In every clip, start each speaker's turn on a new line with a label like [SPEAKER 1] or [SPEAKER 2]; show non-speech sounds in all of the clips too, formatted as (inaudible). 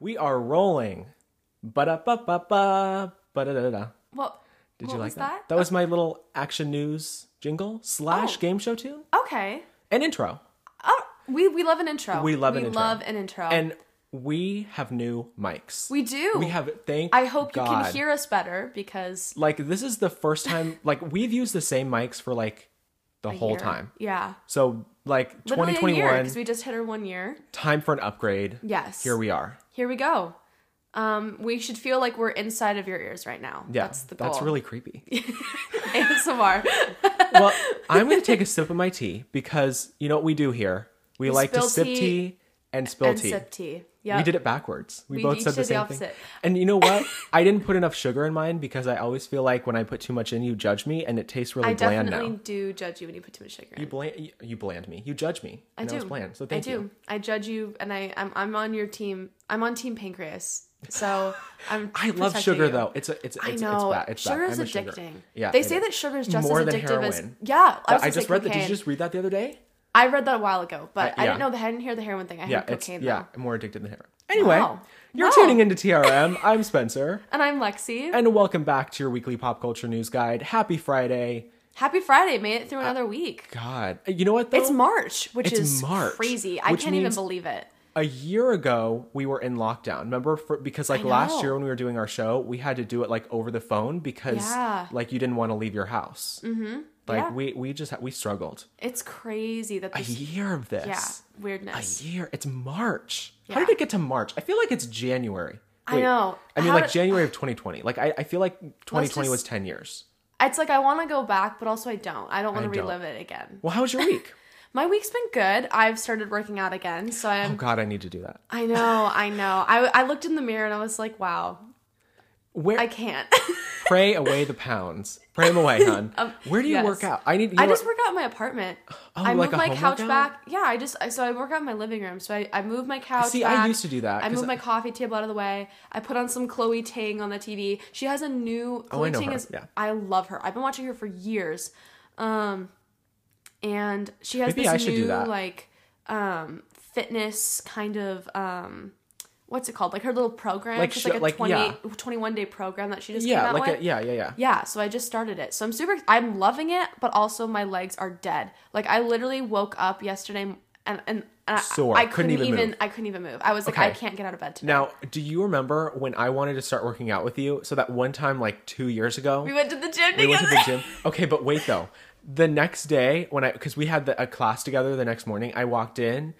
[SPEAKER 1] We are rolling. Ba da ba ba ba ba da da da.
[SPEAKER 2] What?
[SPEAKER 1] Did
[SPEAKER 2] what
[SPEAKER 1] you like
[SPEAKER 2] was that?
[SPEAKER 1] That was my little action news jingle slash
[SPEAKER 2] Oh.
[SPEAKER 1] game show tune
[SPEAKER 2] okay.
[SPEAKER 1] and intro.
[SPEAKER 2] Oh, we we love an intro.
[SPEAKER 1] We love an intro.
[SPEAKER 2] love an intro.
[SPEAKER 1] And we have new mics.
[SPEAKER 2] Oh. we do.
[SPEAKER 1] We have thank.
[SPEAKER 2] I hope you
[SPEAKER 1] God.
[SPEAKER 2] can hear us better because
[SPEAKER 1] Like this is the first time. Like we've used the same mics for like the whole
[SPEAKER 2] year.
[SPEAKER 1] time.
[SPEAKER 2] Yeah.
[SPEAKER 1] So like
[SPEAKER 2] Literally a year
[SPEAKER 1] 2021,
[SPEAKER 2] because we just hit our one year.
[SPEAKER 1] time for an upgrade.
[SPEAKER 2] Yes.
[SPEAKER 1] Here we are.
[SPEAKER 2] Here we go. Um, we should feel like we're inside of your ears right now.
[SPEAKER 1] Yeah,
[SPEAKER 2] That's the goal.
[SPEAKER 1] That's
[SPEAKER 2] (laughs)
[SPEAKER 1] really creepy.
[SPEAKER 2] ASMR.
[SPEAKER 1] well, I'm going to take a sip of my tea because you know what we do here. We, like to
[SPEAKER 2] spill
[SPEAKER 1] sip tea,
[SPEAKER 2] tea
[SPEAKER 1] and spill
[SPEAKER 2] and
[SPEAKER 1] tea.
[SPEAKER 2] sip tea. Yeah.
[SPEAKER 1] We did it backwards. We,
[SPEAKER 2] We
[SPEAKER 1] both
[SPEAKER 2] each
[SPEAKER 1] said the
[SPEAKER 2] did the
[SPEAKER 1] same thing.
[SPEAKER 2] opposite.
[SPEAKER 1] And you know
[SPEAKER 2] (laughs)
[SPEAKER 1] what? I didn't put enough sugar in mine because I always feel like when I put too much in, you judge me, and it tastes really
[SPEAKER 2] I
[SPEAKER 1] bland
[SPEAKER 2] definitely
[SPEAKER 1] now.
[SPEAKER 2] do judge you when you put too much sugar in.
[SPEAKER 1] You bland, you- you bland me. You judge me.
[SPEAKER 2] I
[SPEAKER 1] and
[SPEAKER 2] do.
[SPEAKER 1] It's bland. So
[SPEAKER 2] I
[SPEAKER 1] thank
[SPEAKER 2] do.
[SPEAKER 1] you.
[SPEAKER 2] I judge you, and I I'm, I'm on your team. I'm on team pancreas.
[SPEAKER 1] (laughs)
[SPEAKER 2] So I'm.
[SPEAKER 1] I love
[SPEAKER 2] protecting
[SPEAKER 1] sugar
[SPEAKER 2] you.
[SPEAKER 1] though. It's a, it's, it's,
[SPEAKER 2] I
[SPEAKER 1] it's
[SPEAKER 2] know
[SPEAKER 1] bad. It's
[SPEAKER 2] sugar
[SPEAKER 1] bad.
[SPEAKER 2] is
[SPEAKER 1] I'm a
[SPEAKER 2] addicting.
[SPEAKER 1] Yeah,
[SPEAKER 2] they
[SPEAKER 1] it
[SPEAKER 2] say
[SPEAKER 1] is.
[SPEAKER 2] that sugar is just
[SPEAKER 1] More
[SPEAKER 2] as
[SPEAKER 1] than
[SPEAKER 2] addictive as
[SPEAKER 1] heroin.
[SPEAKER 2] yeah. I, was
[SPEAKER 1] I
[SPEAKER 2] gonna say
[SPEAKER 1] just read that. Did
[SPEAKER 2] cocaine.
[SPEAKER 1] you just read that the other day?
[SPEAKER 2] I read that a while ago, but
[SPEAKER 1] yeah.
[SPEAKER 2] I didn't know that. I didn't hear the heroin thing. I heard
[SPEAKER 1] Yeah, it's
[SPEAKER 2] cocaine
[SPEAKER 1] yeah,
[SPEAKER 2] though,
[SPEAKER 1] more addicted than heroin. Anyway,
[SPEAKER 2] Wow.
[SPEAKER 1] you're
[SPEAKER 2] Wow.
[SPEAKER 1] tuning into TRM. I'm Spencer.
[SPEAKER 2] and I'm Lexi.
[SPEAKER 1] And welcome back to your weekly pop culture news guide. Happy Friday.
[SPEAKER 2] Happy Friday! Made it through another week.
[SPEAKER 1] God. You know what though?
[SPEAKER 2] It's March, which
[SPEAKER 1] It's
[SPEAKER 2] is
[SPEAKER 1] March,
[SPEAKER 2] crazy. I
[SPEAKER 1] which
[SPEAKER 2] can't even
[SPEAKER 1] means-
[SPEAKER 2] believe it.
[SPEAKER 1] a year ago we were in lockdown. Remember for, because like last
[SPEAKER 2] know.
[SPEAKER 1] year when we were doing our show, we had to do it like over the phone because
[SPEAKER 2] Yeah. Mm-hmm.
[SPEAKER 1] like you didn't want to leave your house. Mhm. Like
[SPEAKER 2] Yeah.
[SPEAKER 1] we we just ha- we struggled.
[SPEAKER 2] It's crazy that
[SPEAKER 1] A
[SPEAKER 2] this
[SPEAKER 1] year of this.
[SPEAKER 2] yeah
[SPEAKER 1] A
[SPEAKER 2] weirdness.
[SPEAKER 1] year. It's March. How
[SPEAKER 2] Yeah.
[SPEAKER 1] did it get to March? I feel like it's January.
[SPEAKER 2] I know.
[SPEAKER 1] I mean
[SPEAKER 2] How
[SPEAKER 1] like
[SPEAKER 2] did-
[SPEAKER 1] January of 2020. Like I, I feel like 2020
[SPEAKER 2] just-
[SPEAKER 1] was 10 years.
[SPEAKER 2] It's like I want to go back, but also I don't. I don't want
[SPEAKER 1] I
[SPEAKER 2] to
[SPEAKER 1] don't.
[SPEAKER 2] relive it again.
[SPEAKER 1] Well, how was your
[SPEAKER 2] (laughs)
[SPEAKER 1] week?
[SPEAKER 2] My week's been good. I've started working out again, so I'm.
[SPEAKER 1] oh god, I need to do that.
[SPEAKER 2] I know, I know. I I looked in the mirror and I was like, wow,
[SPEAKER 1] Where
[SPEAKER 2] I can't.
[SPEAKER 1] (laughs)
[SPEAKER 2] (laughs)
[SPEAKER 1] pray away the pounds. Pray them away, hon. Where do you
[SPEAKER 2] Um, yes.
[SPEAKER 1] work out? I need. You
[SPEAKER 2] I
[SPEAKER 1] know
[SPEAKER 2] just
[SPEAKER 1] what?
[SPEAKER 2] work out in my apartment. I
[SPEAKER 1] Oh, like
[SPEAKER 2] moved
[SPEAKER 1] a
[SPEAKER 2] my
[SPEAKER 1] home
[SPEAKER 2] couch
[SPEAKER 1] workout?
[SPEAKER 2] back. Yeah, I just I- so I work out in my living room. So I, I moved my couch.
[SPEAKER 1] See, I
[SPEAKER 2] back.
[SPEAKER 1] used to do that,
[SPEAKER 2] I
[SPEAKER 1] 'cause
[SPEAKER 2] moved my coffee table out of the way. I put on some Chloe Ting on the TV. She has a new Chloe
[SPEAKER 1] Oh, I know
[SPEAKER 2] Ting
[SPEAKER 1] her,
[SPEAKER 2] is
[SPEAKER 1] yeah.
[SPEAKER 2] I love her. I've been watching her for years. Um and she has
[SPEAKER 1] Maybe
[SPEAKER 2] this
[SPEAKER 1] I should
[SPEAKER 2] new
[SPEAKER 1] do that.
[SPEAKER 2] like um fitness kind of um what's it called? Like her little program.
[SPEAKER 1] Like
[SPEAKER 2] She's
[SPEAKER 1] sh-
[SPEAKER 2] like a
[SPEAKER 1] like,
[SPEAKER 2] 20,
[SPEAKER 1] yeah.
[SPEAKER 2] 21 day program that she just came
[SPEAKER 1] yeah,
[SPEAKER 2] out
[SPEAKER 1] like
[SPEAKER 2] with.
[SPEAKER 1] a, yeah, yeah, yeah.
[SPEAKER 2] Yeah, so I just started it. So I'm super I'm loving it, but also my legs are dead. Like I literally woke up yesterday and and, and I,
[SPEAKER 1] Sore.
[SPEAKER 2] I
[SPEAKER 1] Couldn't
[SPEAKER 2] couldn't,
[SPEAKER 1] even
[SPEAKER 2] even,
[SPEAKER 1] move.
[SPEAKER 2] I couldn't even move. I was like
[SPEAKER 1] Okay.
[SPEAKER 2] I can't get out of bed today.
[SPEAKER 1] Now, do you remember when I wanted to start working out with you? So that one time, like two years ago,
[SPEAKER 2] We went to the gym
[SPEAKER 1] we went
[SPEAKER 2] together.
[SPEAKER 1] to the gym.
[SPEAKER 2] (laughs)
[SPEAKER 1] Okay, but wait though. The next day, when I because we had the, a class together the next morning, I walked in.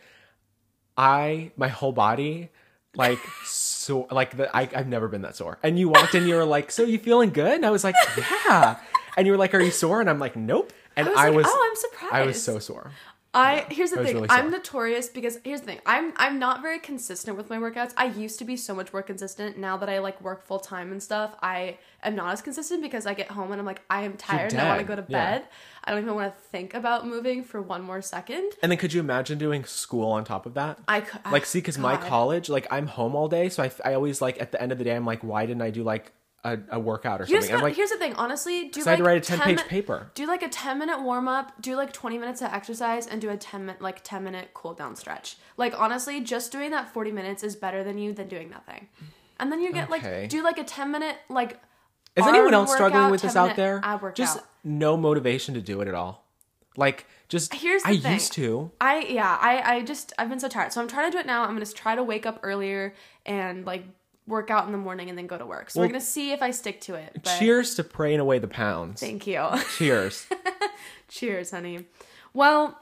[SPEAKER 1] I my whole body,
[SPEAKER 2] (laughs)
[SPEAKER 1] like so, like the I, I've never been that sore. And you walked in, you were like, "So you feeling good?" And I was like, "Yeah." And you were like, "Are you sore?" And I'm like, "Nope." And
[SPEAKER 2] was
[SPEAKER 1] I
[SPEAKER 2] like,
[SPEAKER 1] was,
[SPEAKER 2] "Oh, I'm surprised."
[SPEAKER 1] I was so sore.
[SPEAKER 2] I here's the
[SPEAKER 1] was
[SPEAKER 2] thing.
[SPEAKER 1] really
[SPEAKER 2] I'm
[SPEAKER 1] sore.
[SPEAKER 2] notorious because here's the thing. I'm I'm not very consistent with my workouts. I used to be so much more consistent. Now that I like work full time and stuff, I am not as consistent because I get home and I'm like I am tired and I want to
[SPEAKER 1] dead.
[SPEAKER 2] go to
[SPEAKER 1] Yeah.
[SPEAKER 2] bed. I don't even want to think about moving for one more second.
[SPEAKER 1] And then could you imagine doing school on top of that?
[SPEAKER 2] I could
[SPEAKER 1] like see because my
[SPEAKER 2] God.
[SPEAKER 1] college like i'm home all day so I, I always like at the end of the day i'm like why didn't i do like a, a workout or something
[SPEAKER 2] You just
[SPEAKER 1] i'm
[SPEAKER 2] gotta-
[SPEAKER 1] like
[SPEAKER 2] here's the thing, honestly, do like
[SPEAKER 1] i had to write a
[SPEAKER 2] 10
[SPEAKER 1] 10-page
[SPEAKER 2] min-
[SPEAKER 1] paper.
[SPEAKER 2] Do like a 10 minute warm up, do like 20 minutes of exercise, and do a 10 minute like 10 minute cool down stretch. Like honestly, just doing that 40 minutes is better than you than doing nothing. And then you get
[SPEAKER 1] Okay.
[SPEAKER 2] like do like a 10 minute like.
[SPEAKER 1] is anyone
[SPEAKER 2] arm
[SPEAKER 1] else struggling
[SPEAKER 2] workout,
[SPEAKER 1] with this
[SPEAKER 2] 10
[SPEAKER 1] out
[SPEAKER 2] minute
[SPEAKER 1] there
[SPEAKER 2] ab workout.
[SPEAKER 1] just no motivation to do it at all like just
[SPEAKER 2] Here's the
[SPEAKER 1] i
[SPEAKER 2] thing.
[SPEAKER 1] used to
[SPEAKER 2] I yeah, I I just I've been so tired. So I'm trying to do it now. I'm gonna try to wake up earlier and like work out in the morning and then go to work. So we're gonna see if I stick to it. But
[SPEAKER 1] cheers to praying away the pounds
[SPEAKER 2] Thank you. (laughs)
[SPEAKER 1] cheers (laughs)
[SPEAKER 2] Cheers, honey. Well,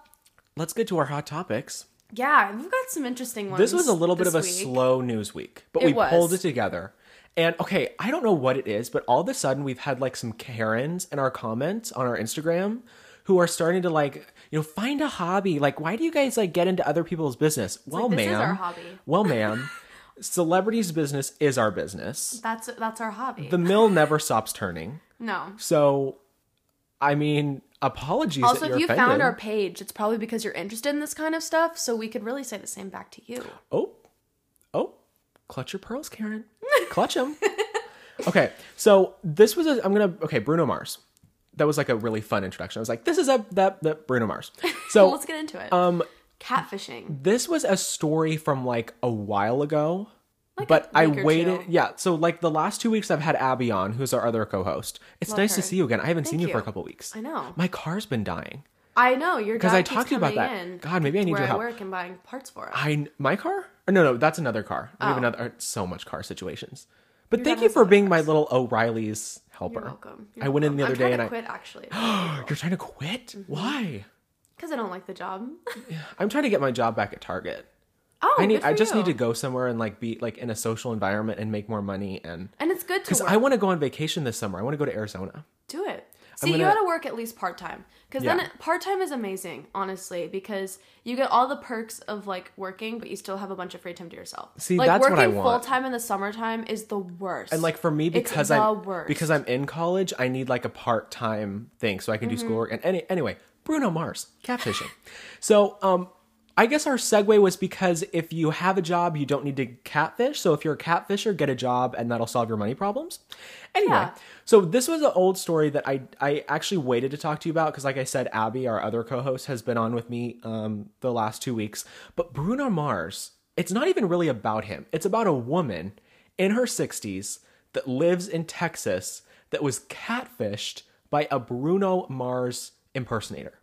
[SPEAKER 1] let's get to our hot topics
[SPEAKER 2] Yeah, we've got some interesting ones.
[SPEAKER 1] this was a little bit
[SPEAKER 2] this
[SPEAKER 1] of a
[SPEAKER 2] week.
[SPEAKER 1] slow news week but
[SPEAKER 2] It
[SPEAKER 1] we
[SPEAKER 2] was.
[SPEAKER 1] pulled it together and okay i don't know what it is but all of a sudden we've had like some karens in our comments on our instagram who are starting to like you know find a hobby like why do you guys like get into other people's business well
[SPEAKER 2] this
[SPEAKER 1] ma'am
[SPEAKER 2] is our hobby. (laughs)
[SPEAKER 1] well ma'am celebrities business is our business
[SPEAKER 2] That's that's our hobby.
[SPEAKER 1] the mill never stops turning
[SPEAKER 2] no.
[SPEAKER 1] so i mean apologies
[SPEAKER 2] Also,
[SPEAKER 1] that
[SPEAKER 2] if
[SPEAKER 1] you're
[SPEAKER 2] you
[SPEAKER 1] offended.
[SPEAKER 2] found our page, it's probably because you're interested in this kind of stuff. So we could really say the same back to you.
[SPEAKER 1] Oh, oh, clutch your pearls, Karen. Clutch
[SPEAKER 2] (laughs)
[SPEAKER 1] them. okay, so this was a. I'm gonna. Okay, Bruno Mars. That was like a really fun introduction. I was like, this is a that that Bruno
[SPEAKER 2] (laughs)
[SPEAKER 1] Mars.
[SPEAKER 2] So
[SPEAKER 1] So
[SPEAKER 2] let's get into it.
[SPEAKER 1] um,
[SPEAKER 2] Catfishing.
[SPEAKER 1] this was a story from like a while ago.
[SPEAKER 2] like
[SPEAKER 1] but
[SPEAKER 2] a
[SPEAKER 1] I
[SPEAKER 2] week or
[SPEAKER 1] waited.
[SPEAKER 2] two.
[SPEAKER 1] Yeah, so like the last two weeks, I've had Abby on, who's our other co-host. It's
[SPEAKER 2] Love
[SPEAKER 1] nice to
[SPEAKER 2] her.
[SPEAKER 1] see you again. I haven't seen
[SPEAKER 2] Thank
[SPEAKER 1] you, for a
[SPEAKER 2] you.
[SPEAKER 1] couple weeks.
[SPEAKER 2] I know.
[SPEAKER 1] My car's been dying
[SPEAKER 2] I know. Your
[SPEAKER 1] because
[SPEAKER 2] dad
[SPEAKER 1] I
[SPEAKER 2] keeps
[SPEAKER 1] talked to you about
[SPEAKER 2] coming
[SPEAKER 1] that.
[SPEAKER 2] in
[SPEAKER 1] God, maybe I need
[SPEAKER 2] where
[SPEAKER 1] your
[SPEAKER 2] I
[SPEAKER 1] help.
[SPEAKER 2] work and buying parts for us.
[SPEAKER 1] I my car? Or no, no, that's another car. We have
[SPEAKER 2] Oh.
[SPEAKER 1] another uh, so much car situations. But
[SPEAKER 2] Your
[SPEAKER 1] thank
[SPEAKER 2] dad
[SPEAKER 1] you
[SPEAKER 2] has
[SPEAKER 1] for
[SPEAKER 2] a lot of
[SPEAKER 1] being my little O'Reilly's helper.
[SPEAKER 2] You're welcome. You're
[SPEAKER 1] I went in the
[SPEAKER 2] welcome.
[SPEAKER 1] other day
[SPEAKER 2] I'm
[SPEAKER 1] and I
[SPEAKER 2] trying to quit
[SPEAKER 1] (gasps)
[SPEAKER 2] Mm-hmm. actually
[SPEAKER 1] You're trying to quit? Why?
[SPEAKER 2] because I don't like
[SPEAKER 1] (gasps)
[SPEAKER 2] the job.
[SPEAKER 1] I'm trying to get my job back at Target.
[SPEAKER 2] Oh,
[SPEAKER 1] I need
[SPEAKER 2] good for
[SPEAKER 1] I just
[SPEAKER 2] you.
[SPEAKER 1] need to go somewhere and like be like in a social environment and make more money and
[SPEAKER 2] And it's good to
[SPEAKER 1] cuz
[SPEAKER 2] work.
[SPEAKER 1] I want to go on vacation this summer. I want to go to Arizona.
[SPEAKER 2] Do it. See, you
[SPEAKER 1] gonna-
[SPEAKER 2] gotta work at least part time. Because
[SPEAKER 1] Yeah.
[SPEAKER 2] then part time is amazing, honestly, because you get all the perks of like working, but you still have a bunch of free time to yourself.
[SPEAKER 1] See,
[SPEAKER 2] like
[SPEAKER 1] that's what
[SPEAKER 2] working
[SPEAKER 1] I want.
[SPEAKER 2] full time in the summertime is the worst.
[SPEAKER 1] And like for me
[SPEAKER 2] It's
[SPEAKER 1] because
[SPEAKER 2] the
[SPEAKER 1] I'm
[SPEAKER 2] worst.
[SPEAKER 1] because I'm in college, I need like a part-time thing so I can do
[SPEAKER 2] Mm-hmm.
[SPEAKER 1] schoolwork and any, anyway, Bruno Mars, catfishing. so, um I guess our segue was because if you have a job, you don't need to catfish. So if you're a catfisher, get a job and that'll solve your money problems. Anyway,
[SPEAKER 2] Yeah.
[SPEAKER 1] so this was an old story that I I actually waited to talk to you about because like I said Abby, our other co-host has been on with me um the last 2 weeks, but Bruno Mars, it's not even really about him. It's about a woman in her 60s that lives in Texas that was catfished by a Bruno Mars impersonator.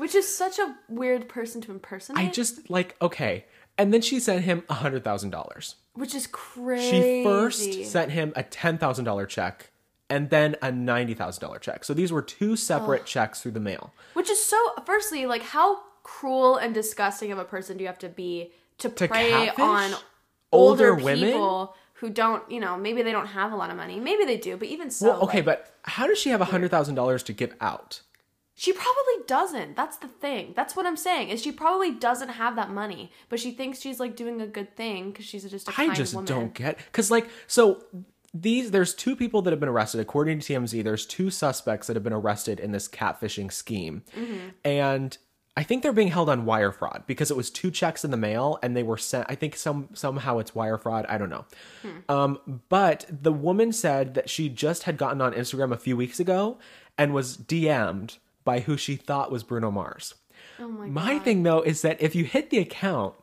[SPEAKER 2] which is such a weird person to impersonate.
[SPEAKER 1] I just like okay. And then she sent him $100,000.
[SPEAKER 2] which is crazy.
[SPEAKER 1] She first sent him a $10,000 check and then a $90,000 check. So these were two separate checks through the mail.
[SPEAKER 2] Which is so. Firstly, like how cruel and disgusting of a person do you have to be to, prey
[SPEAKER 1] catfish?
[SPEAKER 2] on
[SPEAKER 1] Older
[SPEAKER 2] older,
[SPEAKER 1] women?
[SPEAKER 2] people who don't, you know, maybe they don't have a lot of money. Maybe they do, but even so,
[SPEAKER 1] Well, okay,
[SPEAKER 2] like,
[SPEAKER 1] but how does she have $100,000 to give out?
[SPEAKER 2] she probably doesn't. That's the thing. That's what I'm saying. Is she probably doesn't have that money, but she thinks she's like doing a good thing because she's just a kind
[SPEAKER 1] I just
[SPEAKER 2] woman.
[SPEAKER 1] don't get cuz like so these there's two people that have been arrested according to TMZ there's two suspects that have been arrested in this catfishing scheme.
[SPEAKER 2] Mm-hmm.
[SPEAKER 1] And I think they're being held on wire fraud because it was two checks in the mail and they were sent I think some somehow it's wire fraud, I don't know.
[SPEAKER 2] Hmm.
[SPEAKER 1] Um but the woman said that she just had gotten on Instagram a few weeks ago and was DM'd by who she thought was Bruno Mars.
[SPEAKER 2] Oh my god.
[SPEAKER 1] My thing though is that if you hit the account,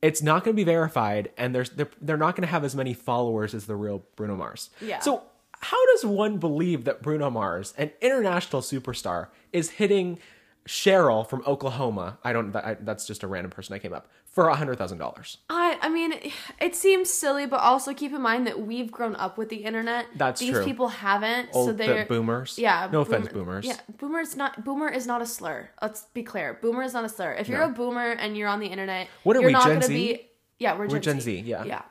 [SPEAKER 1] it's not going to be verified, and there's they're, they're not going to have as many followers as the real Bruno Mars.
[SPEAKER 2] Yeah.
[SPEAKER 1] So how does one believe that Bruno Mars, an international superstar, is hitting Cheryl from Oklahoma? I don't. That, I, that's just a random person I came up for a hundred thousand dollars.
[SPEAKER 2] I I mean, it seems silly, but also keep in mind that we've grown up with the internet.
[SPEAKER 1] That's
[SPEAKER 2] These
[SPEAKER 1] true.
[SPEAKER 2] people haven't, so
[SPEAKER 1] Old the
[SPEAKER 2] they're
[SPEAKER 1] boomers.
[SPEAKER 2] Yeah.
[SPEAKER 1] No offense,
[SPEAKER 2] boomer-
[SPEAKER 1] boomers.
[SPEAKER 2] Yeah, boomer is not boomer is not a slur. Let's be clear. Boomer is not a slur. If you're
[SPEAKER 1] No.
[SPEAKER 2] a boomer and you're on the internet,
[SPEAKER 1] What are
[SPEAKER 2] you're
[SPEAKER 1] we,
[SPEAKER 2] not
[SPEAKER 1] Gen
[SPEAKER 2] gonna
[SPEAKER 1] Z?
[SPEAKER 2] be Yeah, we're Gen,
[SPEAKER 1] Gen Z, yeah.
[SPEAKER 2] Yeah.